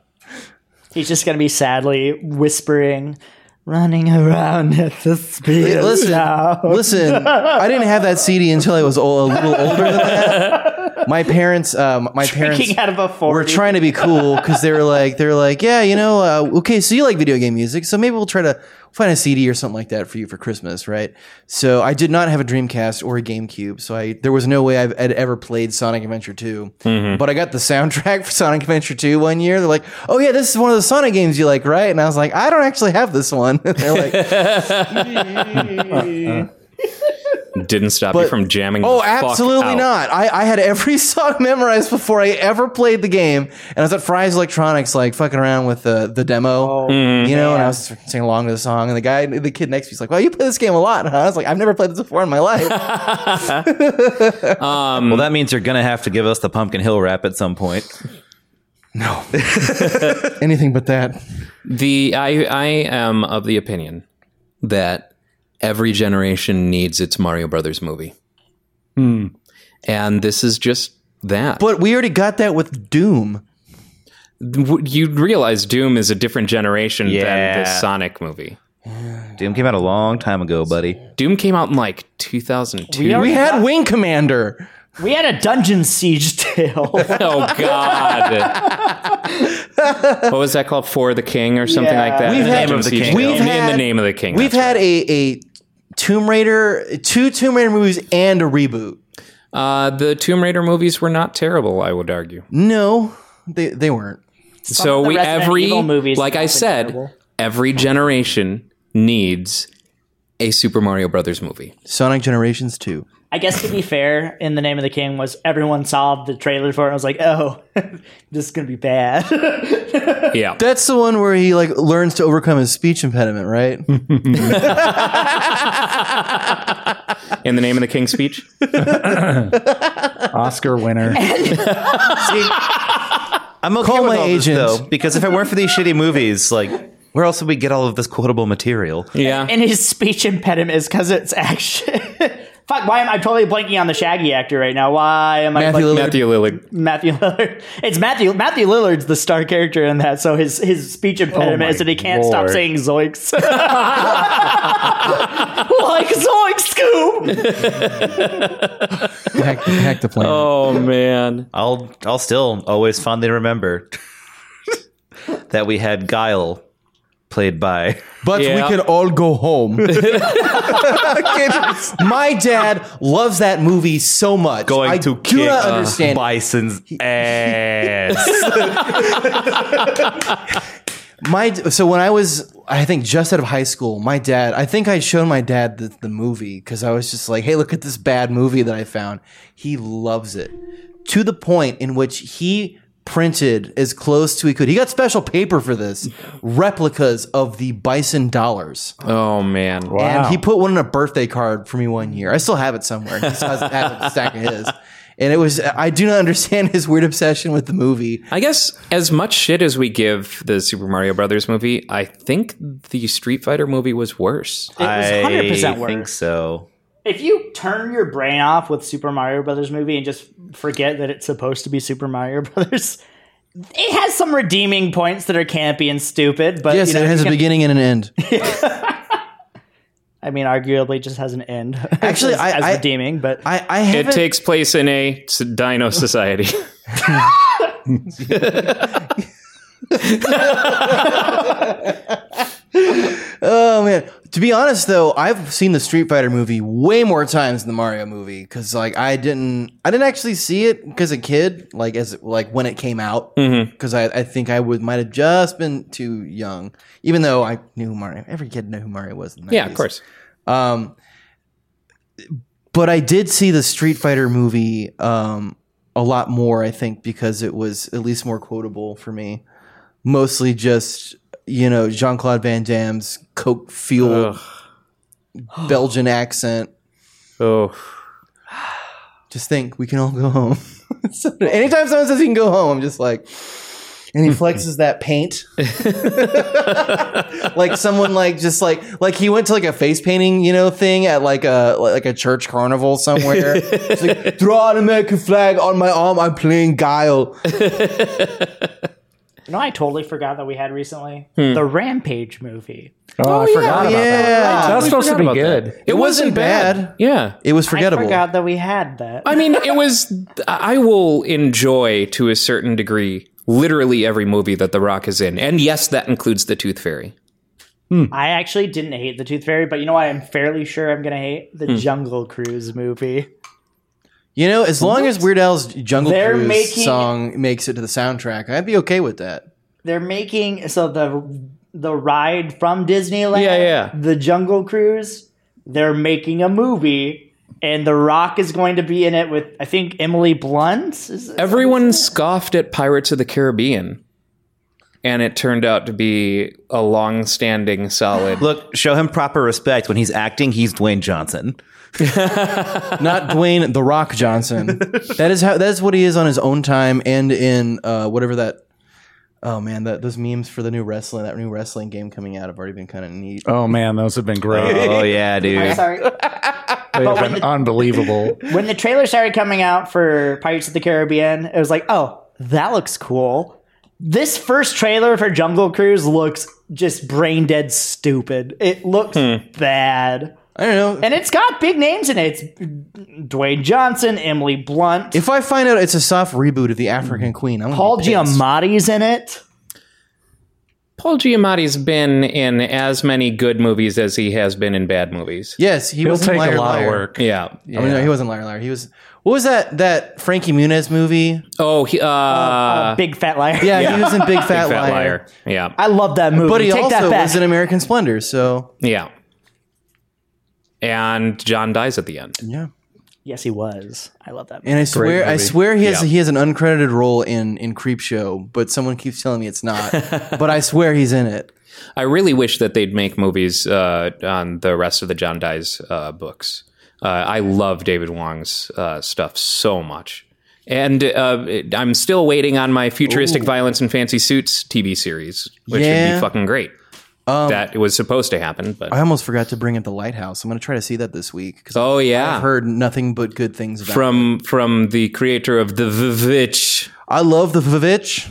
F: He's just gonna be sadly whispering, running around at the speed of
H: Listen,
F: sound."
H: listen. I didn't have that CD until I was o- a little older than that. My parents, um, my parents,
F: Peeking out of a forty.
H: We're trying to be cool because they were like, they were like, yeah, you know, uh, okay, so you like video game music, so maybe we'll try to find a CD or something like that for you for Christmas, right? So I did not have a Dreamcast or a GameCube, so I there was no way I've, I'd ever played Sonic Adventure 2 but I got the soundtrack for Sonic Adventure 2 one year. They're like, oh yeah, this is one of the Sonic games you like, right? And I was like, I don't actually have this one. And they're like,
E: Didn't stop you
H: But-
E: from jamming.
H: Oh,
E: the fuck
H: absolutely
E: out.
H: not. I, I had every song memorized before I ever played the game. And I was at Fry's Electronics, like fucking around with the, the demo, you know, and I was singing along to the song. And the guy, the kid next to me, is like, well, you play this game a lot. Huh? I was like, I've never played this before in my life.
G: well, that means you're going to have to give us the Pumpkin Hill rap at some point.
H: No. Anything but that.
E: The I I am of the opinion that every generation needs its Mario Brothers movie. And this is just that.
H: Hmm. But we already got that with Doom.
E: W- you realize Doom is a different generation than
G: Yeah.
E: the Sonic movie.
G: Doom came out a long time ago, buddy.
E: Doom came out in like 2002.
H: We had Wing Commander.
F: We had a dungeon siege tale.
E: oh god. what was that called? For the King or something like that?
H: We've
E: The
H: had-
E: name of the king.
H: We've
E: in
H: had-
E: the name of the king.
H: We've
E: that's
H: had a, a Tomb Raider, two Tomb Raider movies and a reboot.
E: right. uh, the Tomb Raider movies were not terrible, I would argue.
H: No, they, they weren't.
E: so
F: of the
E: we
F: Resident
E: every
F: Evil movies
E: like I
F: have been
E: said,
F: terrible.
E: every generation needs a Super Mario Brothers movie.
H: Sonic Generations 2.
F: I guess to be fair, in the name of the king was everyone saw the trailer for it. and was like, oh, this is gonna be bad.
E: Yeah.
H: That's the one where he like learns to overcome his speech impediment, right?
E: In the name of the king speech.
I: Oscar winner.
G: I'm okay
H: Call
G: with
H: my
G: all this,
H: agent.
G: though, because if it weren't for these shitty movies, like where else would we get all of this quotable material?
E: Yeah.
F: and his speech impediment is because it's action. Fuck, why am I totally blanking on the Shaggy actor right now? Why am I
H: Matthew
F: blanking-
H: Lillard.
E: Matthew Lillard.
F: Matthew Lillard? It's Matthew Matthew Lillard's the star character in that, so his his speech impediment
I: my
F: is that he can't stop
I: Lord.
F: saying Zoinks. like Zoink Scoop.
H: hack, hack the plan.
E: Oh man.
G: I'll I'll still always fondly remember that we had Guile played by
H: But
E: Yeah.
H: we can all go home. My dad loves that movie so much.
G: going
H: I
G: to
H: do
G: kick
H: not
G: uh,
H: understand.
G: Bison's ass.
H: my so when I was I think just out of high school, my dad I think I showed my dad the, the movie because I was just like, hey, look at this bad movie that I found. He loves it to the point in which he printed as close to he could. He got special paper for this replicas of the Bison dollars,
E: Oh man.
H: and he put one in a birthday card for me one year. I still have it somewhere. He still has, has a stack of his. And it was, I do not understand his weird obsession with the movie.
F: Uh,
E: I guess as much shit as we give the Super Mario Brothers movie, I think the Street Fighter movie was worse.
G: I
F: 100%
G: think
F: worse.
G: so.
F: If you turn your brain off with Super Mario Brothers movie and just forget that it's supposed to be Super Mario Brothers, it has some redeeming points that are campy and stupid. But
H: Yes,
F: you know,
H: it has
F: you
H: a
F: can-
H: beginning and an end.
F: I mean, arguably, just has an end.
H: Actually,
F: as,
H: I-
F: as
H: I-
F: redeeming, but
H: I, I
E: It
H: haven't-
E: takes place in a s- dino society.
H: Oh man! To be honest, though, I've seen the Street Fighter movie way more times than the Mario movie because, like, I didn't, I didn't actually see it because a kid, like, as like when it came out,
E: Mm-hmm.
H: because I, I think I would might have just been too young, even though I knew who Mario. Every kid knew who Mario was. In the
E: yeah, of
H: 90s.
E: course.
H: Um, but I did see the Street Fighter movie um, a lot more, I think, because it was at least more quotable for me. Mostly just, you know, Jean Claude Van Damme's coke fueled Belgian accent.
E: Oh.
H: Just think, we can all go home. so, anytime someone says you can go home, I'm just like, and he flexes that paint. like someone like just like like he went to like a face painting you know thing at like a like a church carnival somewhere. It's like draw an American flag on my arm. I'm playing Guile.
F: you know, I totally forgot that we had recently the Rampage movie.
I: Oh, I forgot about that.
H: Yeah,
I: That was supposed to be good.
E: It, wasn't bad. Yeah.
H: It was
F: I
H: forgettable.
F: forgot that we had that.
E: I mean, it was. I will enjoy to a certain degree literally every movie that The Rock is in. And yes, that includes The Tooth Fairy.
F: I actually didn't hate the Tooth Fairy, but you know what? I'm fairly sure I'm gonna hate the Jungle Cruise movie.
H: You know, as long as Weird Al's Jungle
F: They're
H: Cruise
F: making-
H: song makes it to the soundtrack, I'd be okay with that.
F: They're making so the the ride from Disneyland.
E: Yeah, yeah.
F: The Jungle Cruise. They're making a movie, and The Rock is going to be in it with I think Emily Blunt. Is,
E: Everyone scoffed at Pirates of the Caribbean, and it turned out to be a long-standing solid.
G: Look, show him proper respect. When he's acting, he's Dwayne Johnson.
H: Not Dwayne the Rock Johnson. that is how that is what he is on his own time and in uh, whatever that Oh man, that, those memes for the new wrestling, that new wrestling game coming out, have already been kind of neat.
I: Oh man, those have been great.
G: Oh yeah, dude.
F: Sorry.
I: They've been unbelievable.
F: when the trailer started coming out for Pirates of the Caribbean, it was like, oh, that looks cool. This first trailer for Jungle Cruise looks just brain dead stupid. It looks
E: Hmm.
F: bad.
H: I don't know.
F: And it's got big names in it. It's Dwayne Johnson, Emily Blunt,
H: if I find out it's a soft reboot of the
I: Mm.
H: African Queen, I'm
F: Paul
H: gonna be pissed.
F: Giamatti's in it.
E: Paul Giamatti's been in as many good movies as he has been in bad movies.
H: Yes, he
I: It'll
H: was in
I: take
H: liar,
I: a lot
H: liar.
I: of work.
E: Yeah.
H: I mean, no, he wasn't liar, liar. He was. What was that? That Frankie Muniz movie?
E: Oh, he, uh,
F: Big fat liar.
H: Yeah, he was in Big
E: fat
H: Fat,
E: liar.
H: liar.
E: Yeah.
F: I love that movie.
H: But he
F: Take
H: also
F: that back.
H: was in American Splendor. So
E: yeah. And John dies at the end.
H: yeah.
F: yes, he was. I love that movie.
H: And I swear, I
I: movie.
H: swear he has
E: Yeah.
H: he has an uncredited role in in Creep Show, but someone keeps telling me it's not. but I swear he's in it.
E: I really wish that they'd make movies uh, on the rest of the John Dies uh, books. Uh, I love David Wong's uh, stuff so much. And uh, it- I'm still waiting on my futuristic violence and fancy suits TV series, which would
H: Yeah. Um,
E: be fucking great. that was supposed to happen, but
H: I almost forgot to bring up the Lighthouse. I'm gonna try to see that this week because
E: oh
H: I've
E: yeah,
H: heard nothing but good things about. it.
E: from from the creator of the Vivitch.
H: I love the Vivitch.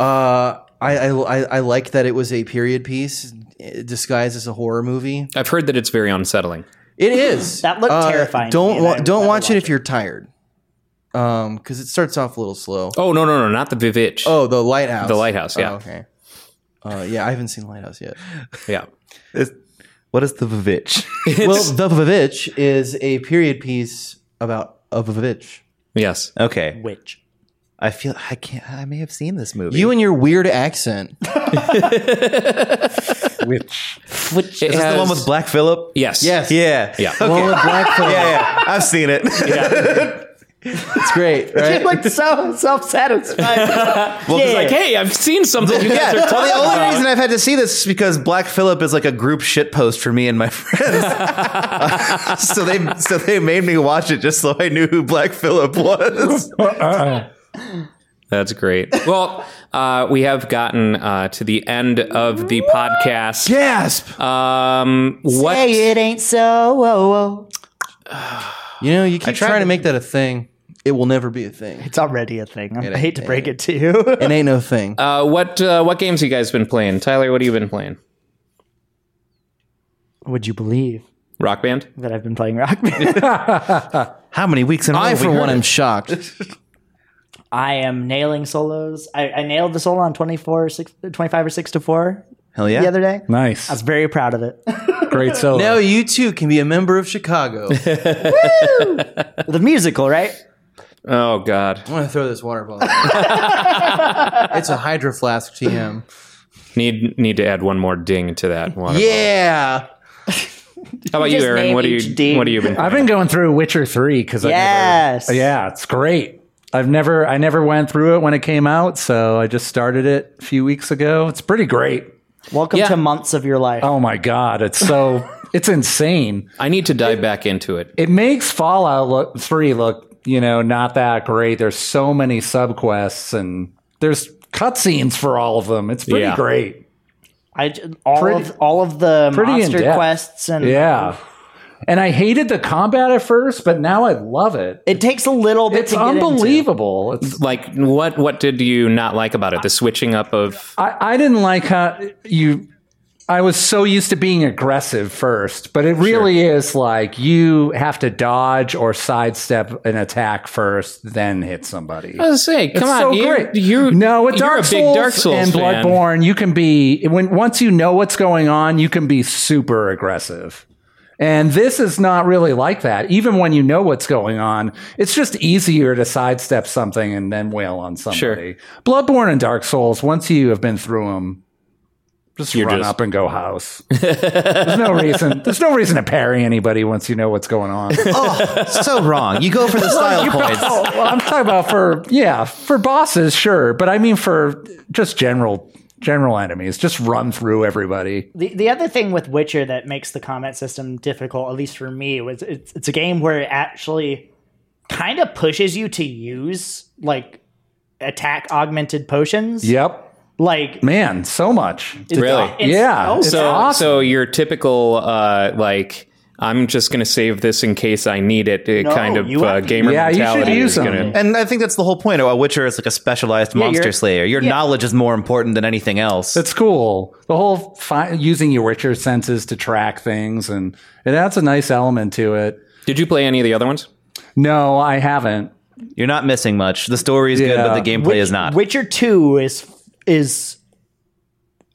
H: uh, I, I I I like that it was a period piece eh, disguised as a horror movie.
E: I've heard that it's very unsettling.
H: It is. Uh,
F: That looked terrifying to me,
H: Don't
F: and
H: wa-
F: I
H: don't
F: never
H: watch it
F: watched
H: if you're tired. Um, because it starts off a little slow.
E: Oh no no no, not the Vivitch.
H: Oh, the lighthouse.
E: The Lighthouse, yeah.
H: Oh, okay. Uh, yeah, I haven't seen Lighthouse yet.
E: yeah.
G: It's- What is the Vivitch?
H: well, The Vavitch is a period piece about a Vavitch.
E: Yes.
G: Okay,
F: Witch.
G: I feel I can't. I may have seen this movie.
H: You and your weird accent.
E: It
G: is this the
E: has-
G: one with Black Phillip?
E: Yes.
H: Yes.
G: Yeah.
E: Yeah.
H: The one with black
G: Yeah,
H: folks.
G: yeah, I've seen it.
H: It's great, right?
F: looked so self satisfied. yeah.
E: Like, hey, I've seen something you guys are
G: Yeah. Well,
E: talking
G: the only
E: about.
G: reason I've had to see this is because Black Phillip is like a group shitpost for me and my friends. so they so they made me watch it just so I knew who Black Phillip was.
E: That's great. Well, uh, we have gotten uh, to the end of the podcast.
H: Gasp!
E: Um, what?
F: Say it ain't so. oh, Whoa, whoa.
H: You know, you keep trying to make that a thing. It will never be a thing.
F: It's already a thing. I
H: ain't-
F: hate to
H: it
F: break it to you.
H: It ain't no thing.
E: Uh, what? Uh, what games you guys been playing? Tyler, what have you been playing?
F: Would you believe
E: Rock Band.
F: that I've been playing Rock Band?
G: How many weeks in a row
H: I,
G: have
H: for
G: we
H: one,
G: heard
H: am
G: it?
H: shocked.
F: I am nailing solos. I, I nailed the solo on 24, 6, 25 or 6 to 4
G: Hell yeah.
F: the other day. I was
I: Nice,
F: very proud of it.
I: great solo.
H: now you too can be a member of Chicago. I'm
F: the musical, right?
E: Oh God,
H: gonna throw this water bottle. it's a hydro flask TM.
E: need need to add one more ding to that one.
H: Yeah.
E: How about you,
D: Just
E: Aaron?
D: name
E: What do
D: each
E: you?
D: ding.
E: What have you been?
I: I've been going through Witcher Three because
F: Yes.
I: I never, yeah, it's great. I've never I never went through it when it came out, so I just started it a few weeks ago. It's pretty great.
F: Welcome to months of your life.
I: Oh my god, it's so it's insane.
E: I need to dive back into it.
I: It makes Fallout look, Three look you know not that great. There's so many subquests and there's cutscenes for all of them. It's pretty
E: Yeah.
I: great.
F: I j all
I: Pretty-
F: of all of the
I: pretty
F: monster
I: in-depth.
F: quests and
I: Yeah. And I hated the combat at first, but now I love it.
F: it takes a little bit.
I: It's
F: to get into. Mm-hmm.
I: unbelievable. It's
E: Like, what? What did you not like about it? The switching up of.
I: I, I didn't like how you I was so used to being aggressive first, but it really is like you have to dodge or sidestep an attack first, then hit somebody.
E: I was gonna say, come
I: it's
E: on,
I: so
E: you,
I: great.
E: you
I: no, with
E: you're
I: Dark,
E: a big
I: Souls
E: Dark Souls
I: and
E: fan.
I: Bloodborne, you can be when once you know what's going on, you can be super aggressive. And this is not really like that. Even when you know what's going on, it's just easier to sidestep something and then wail on somebody. Bloodborne and Dark Souls, once you have been through them, just run
E: just-
I: up and go house. there's no reason. There's no reason to parry anybody once you know what's going on.
G: Oh, so wrong. You go for the style points.
I: Oh, well, I'm talking about for yeah, for bosses, sure, but I mean for just general general enemies, just run through everybody.
F: The, the other thing with Witcher that makes the combat system difficult, at least for me, was it's, it's a game where it actually kind of pushes you to use like attack augmented potions.
I: Yep.
F: Like
I: Man, so much.
E: Really?
F: it's-
I: yeah.
F: oh,
I: it's
E: so,
I: awesome.
E: so your typical uh, like I'm just going to save this in case I need it uh,
F: No,
E: kind of
F: you
E: uh,
F: have to-
E: gamer
I: Yeah, you should
E: mentality.
I: use
E: is gonna-
I: them.
G: And I think that's the whole point. A Witcher is like a specialized monster
F: you're-
G: slayer. Your knowledge is more important than anything else.
I: It's cool. The whole fi- using your Witcher senses to track things, and it adds a nice element to it.
E: Did you play any of the other ones?
I: No, I haven't.
G: You're not missing much. The story is good,
I: Yeah.
G: but the gameplay is not.
F: Witcher Two is is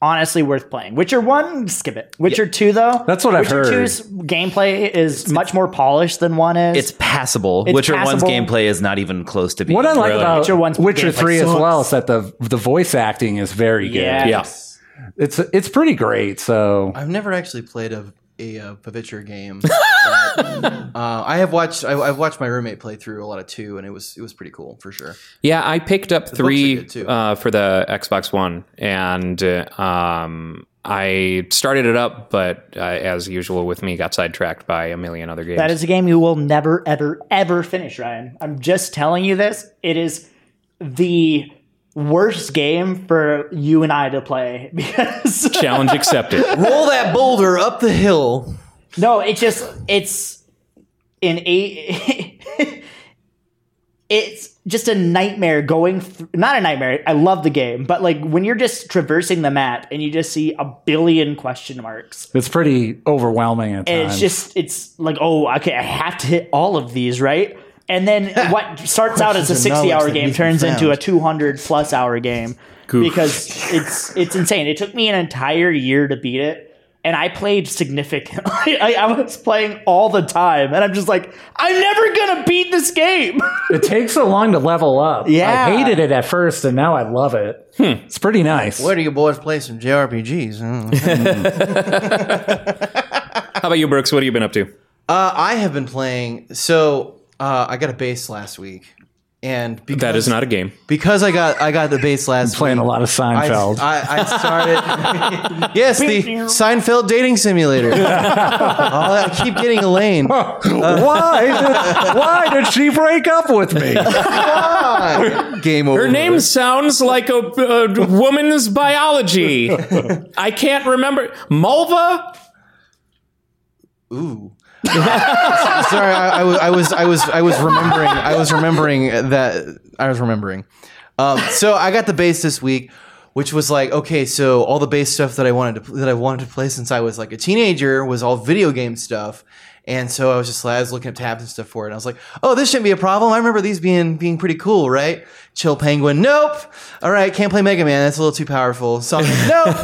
F: honestly worth playing. Witcher One, skip it. Witcher Two though,
I: That's what I've
F: Witcher
I: heard.
F: Two's gameplay is much more polished than one is.
G: it's passable.
F: It's
G: Witcher
F: passable.
G: 1's gameplay is not even close to being.
I: What I like
E: Really?
I: about
F: Witcher
I: Witcher,
F: one's gameplay
I: Three as
F: sucks.
I: well is that the the voice acting is very good.
F: yes.
I: It's it's pretty great. So
H: I've never actually played a a, uh Pavitcher game. but, uh, I have watched I, I've watched my roommate play through a lot of two, and it was it was pretty cool for sure.
E: Yeah, I picked up
H: books
E: three
H: are good, too.
E: uh, for the Xbox One, and uh, um, I started it up, but uh, as usual with me, got sidetracked by a million other games.
F: That is a game you will never, ever, ever finish, Ryan. I'm just telling you this. It is the worst game for you and I to play because
E: Challenge accepted.
H: Roll that boulder up the hill.
F: No, it just it's an eight. it's just a nightmare going. Th- not a nightmare. I love the game, but like when you're just traversing the map and you just see a billion question marks,
I: it's pretty overwhelming at
F: and
I: times.
F: it's just it's like oh okay, I have to hit all of these right. And then what starts out as a
H: Questions and knowledge
F: sixty-hour
H: that
F: game
H: need to be
F: turns into
H: found.
F: a two hundred plus hour game because it's it's insane. It took me an entire year to beat it, and I played significantly. I, I was playing all the time, and I'm just like, I'm never gonna beat this game.
I: it takes so long to level up.
F: Yeah.
I: I hated it at first, and now I love it. It's pretty nice.
H: Where do you boys play some JRPGs? huh?
E: How about you, Brooks? What have you been up to?
H: uh, I have been playing. So uh, I got a bass last week, and because,
E: That is not a game.
H: because I got I got the bass last
I: Playing
H: week,
I: a lot of
H: I,
I: Seinfeld.
H: I, I started. yes, the Seinfeld dating simulator. oh, I keep getting Elaine.
I: why? Did, why did she break up with me?
H: Game over.
E: Her name sounds like a, a woman's biology. I can't remember. Mulva?
H: Ooh. Sorry, I, I was I was I was I was remembering I was remembering that I was remembering. Um, so I got the bass this week, which was like okay, so all the bass stuff that I wanted to that I wanted to play since I was like a teenager was all video game stuff. And so I was just like, I was looking up tabs and stuff for it. And I was like, oh, this shouldn't be a problem. I remember these being being pretty cool, right? Chill Penguin. Nope. All right, can't play Mega Man. That's a little too powerful. Sonic. Nope.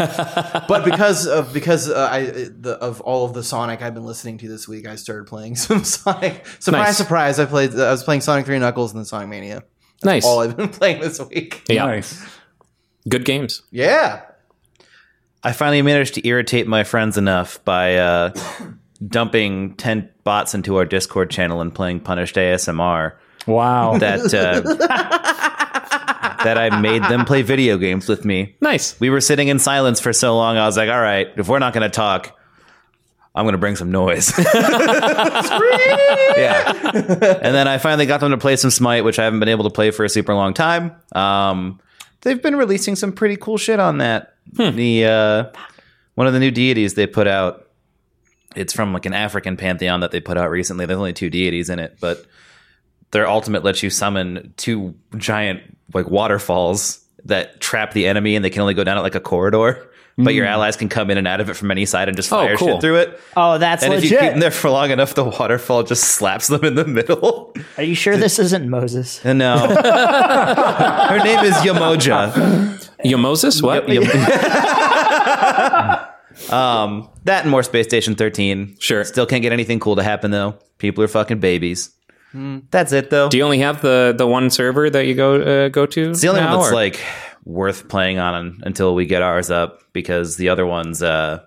H: but because of because uh, I the, of all of the Sonic I've been listening to this week, I started playing some Sonic. Surprise,
E: Nice.
H: surprise! I played. I was playing Sonic Three Knuckles and then Sonic Mania.
E: Nice.
H: All I've been playing this week.
E: yeah.
I: Nice.
E: Good games.
H: Yeah.
G: I finally managed to irritate my friends enough by uh, dumping 10 bots into our Discord channel and playing Punished ASMR
I: Wow.
G: that uh, that I made them play video games with me.
E: Nice.
G: We were sitting in silence for so long. I was like, all right, if we're not going to talk, I'm going to bring some noise. yeah. And then I finally got them to play some Smite, which I haven't been able to play for a super long time. Um, they've been releasing some pretty cool shit on that.
F: Hmm.
G: The uh, one of the new deities they put out. It's from like an African pantheon that they put out recently. There's only two deities in it, but their ultimate lets you summon two giant like waterfalls that trap the enemy and they can only go down it like a corridor. But your
F: Hmm.
G: allies can come in and out of it from any side and just fire
E: cool.
G: shit through it.
F: Oh, that's
G: and if
F: legit.
G: you keep them there for long enough, the waterfall just slaps them in the middle.
F: Are you sure this isn't Moses?
G: No. Her name is Yamoja.
E: Moses? What?
G: Um, that and more Space Station 13.
E: Sure.
G: Still can't get anything cool to happen, though. People are fucking babies. That's it, though.
E: Do you only have the, the one server that you go uh, go to?
G: it's the only
E: now,
G: one that's
E: or-
G: like worth playing on until we get ours up because the other ones uh,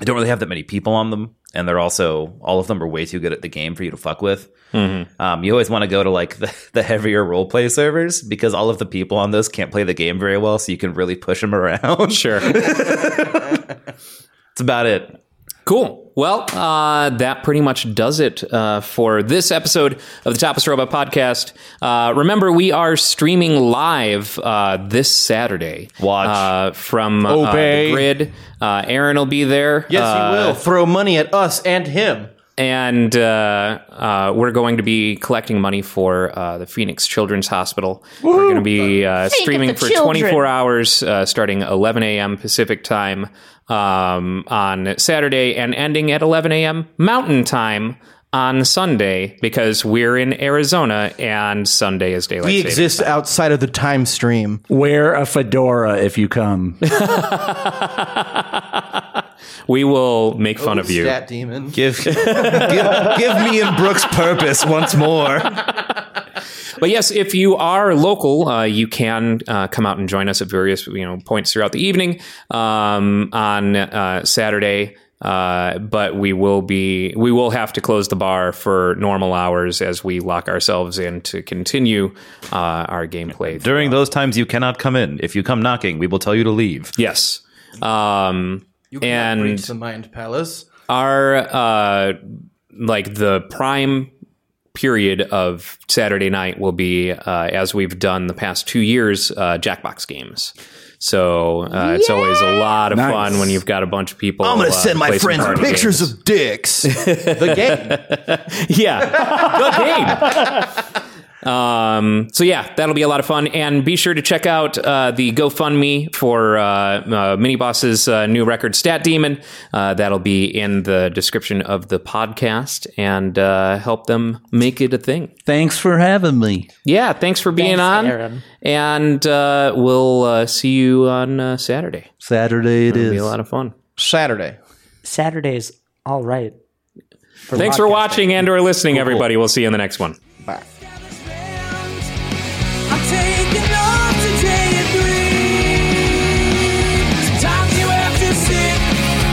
G: I don't really have that many people on them, and they're also all of them are way too good at the game for you to fuck with.
E: Mm-hmm.
G: Um, you always want to go to like the, the heavier role play servers because all of the people on those can't play the game very well, so you can really push them around.
E: Sure.
G: That's about it.
E: cool. Well, uh, that pretty much does it uh, for this episode of the Topless Robot Podcast. Uh, remember, we are streaming live uh, this Saturday.
G: Watch.
E: uh, from uh, the
H: Obey.
E: grid. Uh, Aaron will be there.
H: Yes,
E: uh,
H: he will throw money at us and him.
E: and uh, uh, we're going to be collecting money for uh, the Phoenix Children's Hospital. We're going to be uh, streaming
D: the
E: for
D: children.
E: 24 hours, uh, starting 11 a.m. Pacific time um, on Saturday and ending at 11 a.m. Mountain time on Sunday because we're in Arizona and Sunday is daylight
H: We
E: saving.
H: exist outside of the time stream.
I: Wear a fedora if you come.
E: We will make fun of
D: Oh,
E: you.
H: Stat demon.
G: Give, give, give me and Brooks purpose once more.
E: But yes, if you are local, uh, you can uh, come out and join us at various you know points throughout the evening um, on uh, Saturday. Uh, but we will be we will have to close the bar for normal hours as we lock ourselves in to continue uh, our gameplay.
G: During those times, you cannot come in. If you come knocking, we will tell you to leave.
E: yes. Um, and
H: Reach the mind palace.
E: our uh like the prime period of Saturday night will be uh, as we've done the past two years uh, Jackbox games. So uh, it's always a lot of fun when you've got a bunch of people.
H: I'm gonna
E: uh,
H: send my
E: play some
H: friends
E: party
H: pictures
E: games.
H: of dicks. the game.
E: yeah, good game. Um, so yeah, that'll be a lot of fun, and be sure to check out uh, the GoFundMe for uh, uh, Mini Boss's uh, new record, Stat Demon. Uh, that'll be in the description of the podcast, and uh, help them make it a thing.
I: Thanks for having me.
E: Yeah, thanks for being on, and uh, we'll uh, see you on uh, Saturday.
I: Saturday it
E: It'll be
I: is.
E: a lot of fun.
H: Saturday.
F: Saturday's all right.
E: Thanks for watching and or listening, everybody. We'll see you in the next one.
K: I'm taking off to day three. Sometimes you have to sit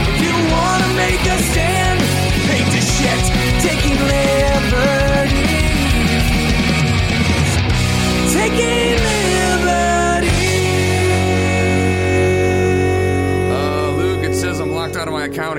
K: if you wanna make a stand. Take the shit, taking liberties. Taking liberties.
C: Uh, Luke, it says I'm locked out of my account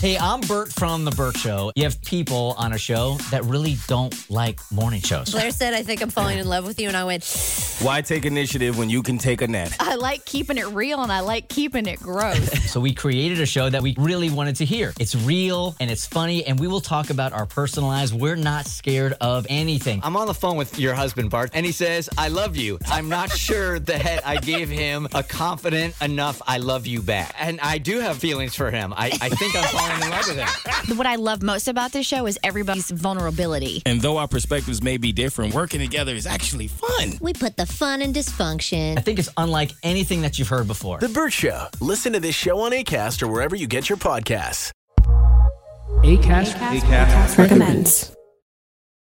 K: Hey, I'm Bert from The Burt Show. You have people on a show that really don't like morning shows.
L: Blair said, I think I'm falling in love with you. And I went,
K: Why take initiative when you can take a nap?
L: I like keeping it real and I like keeping it gross.
K: So we created a show that we really wanted to hear. It's real and it's funny, and we will talk about our personal lives. We're not scared of anything. I'm on the phone with your husband, Bart, and he says, I love you. I'm not sure that I gave him a confident enough I love you back. And I do have feelings for him. I, I think I'm falling in love with him.
L: what I love most about this show is everybody's vulnerability.
K: And though our perspectives may be different, working together is actually fun.
L: We put the fun in dysfunction.
K: I think it's unlike anything that you've heard before.
A: The Burt Show. Listen to this show on ACAST or wherever you get your podcasts.
L: ACAST recommends.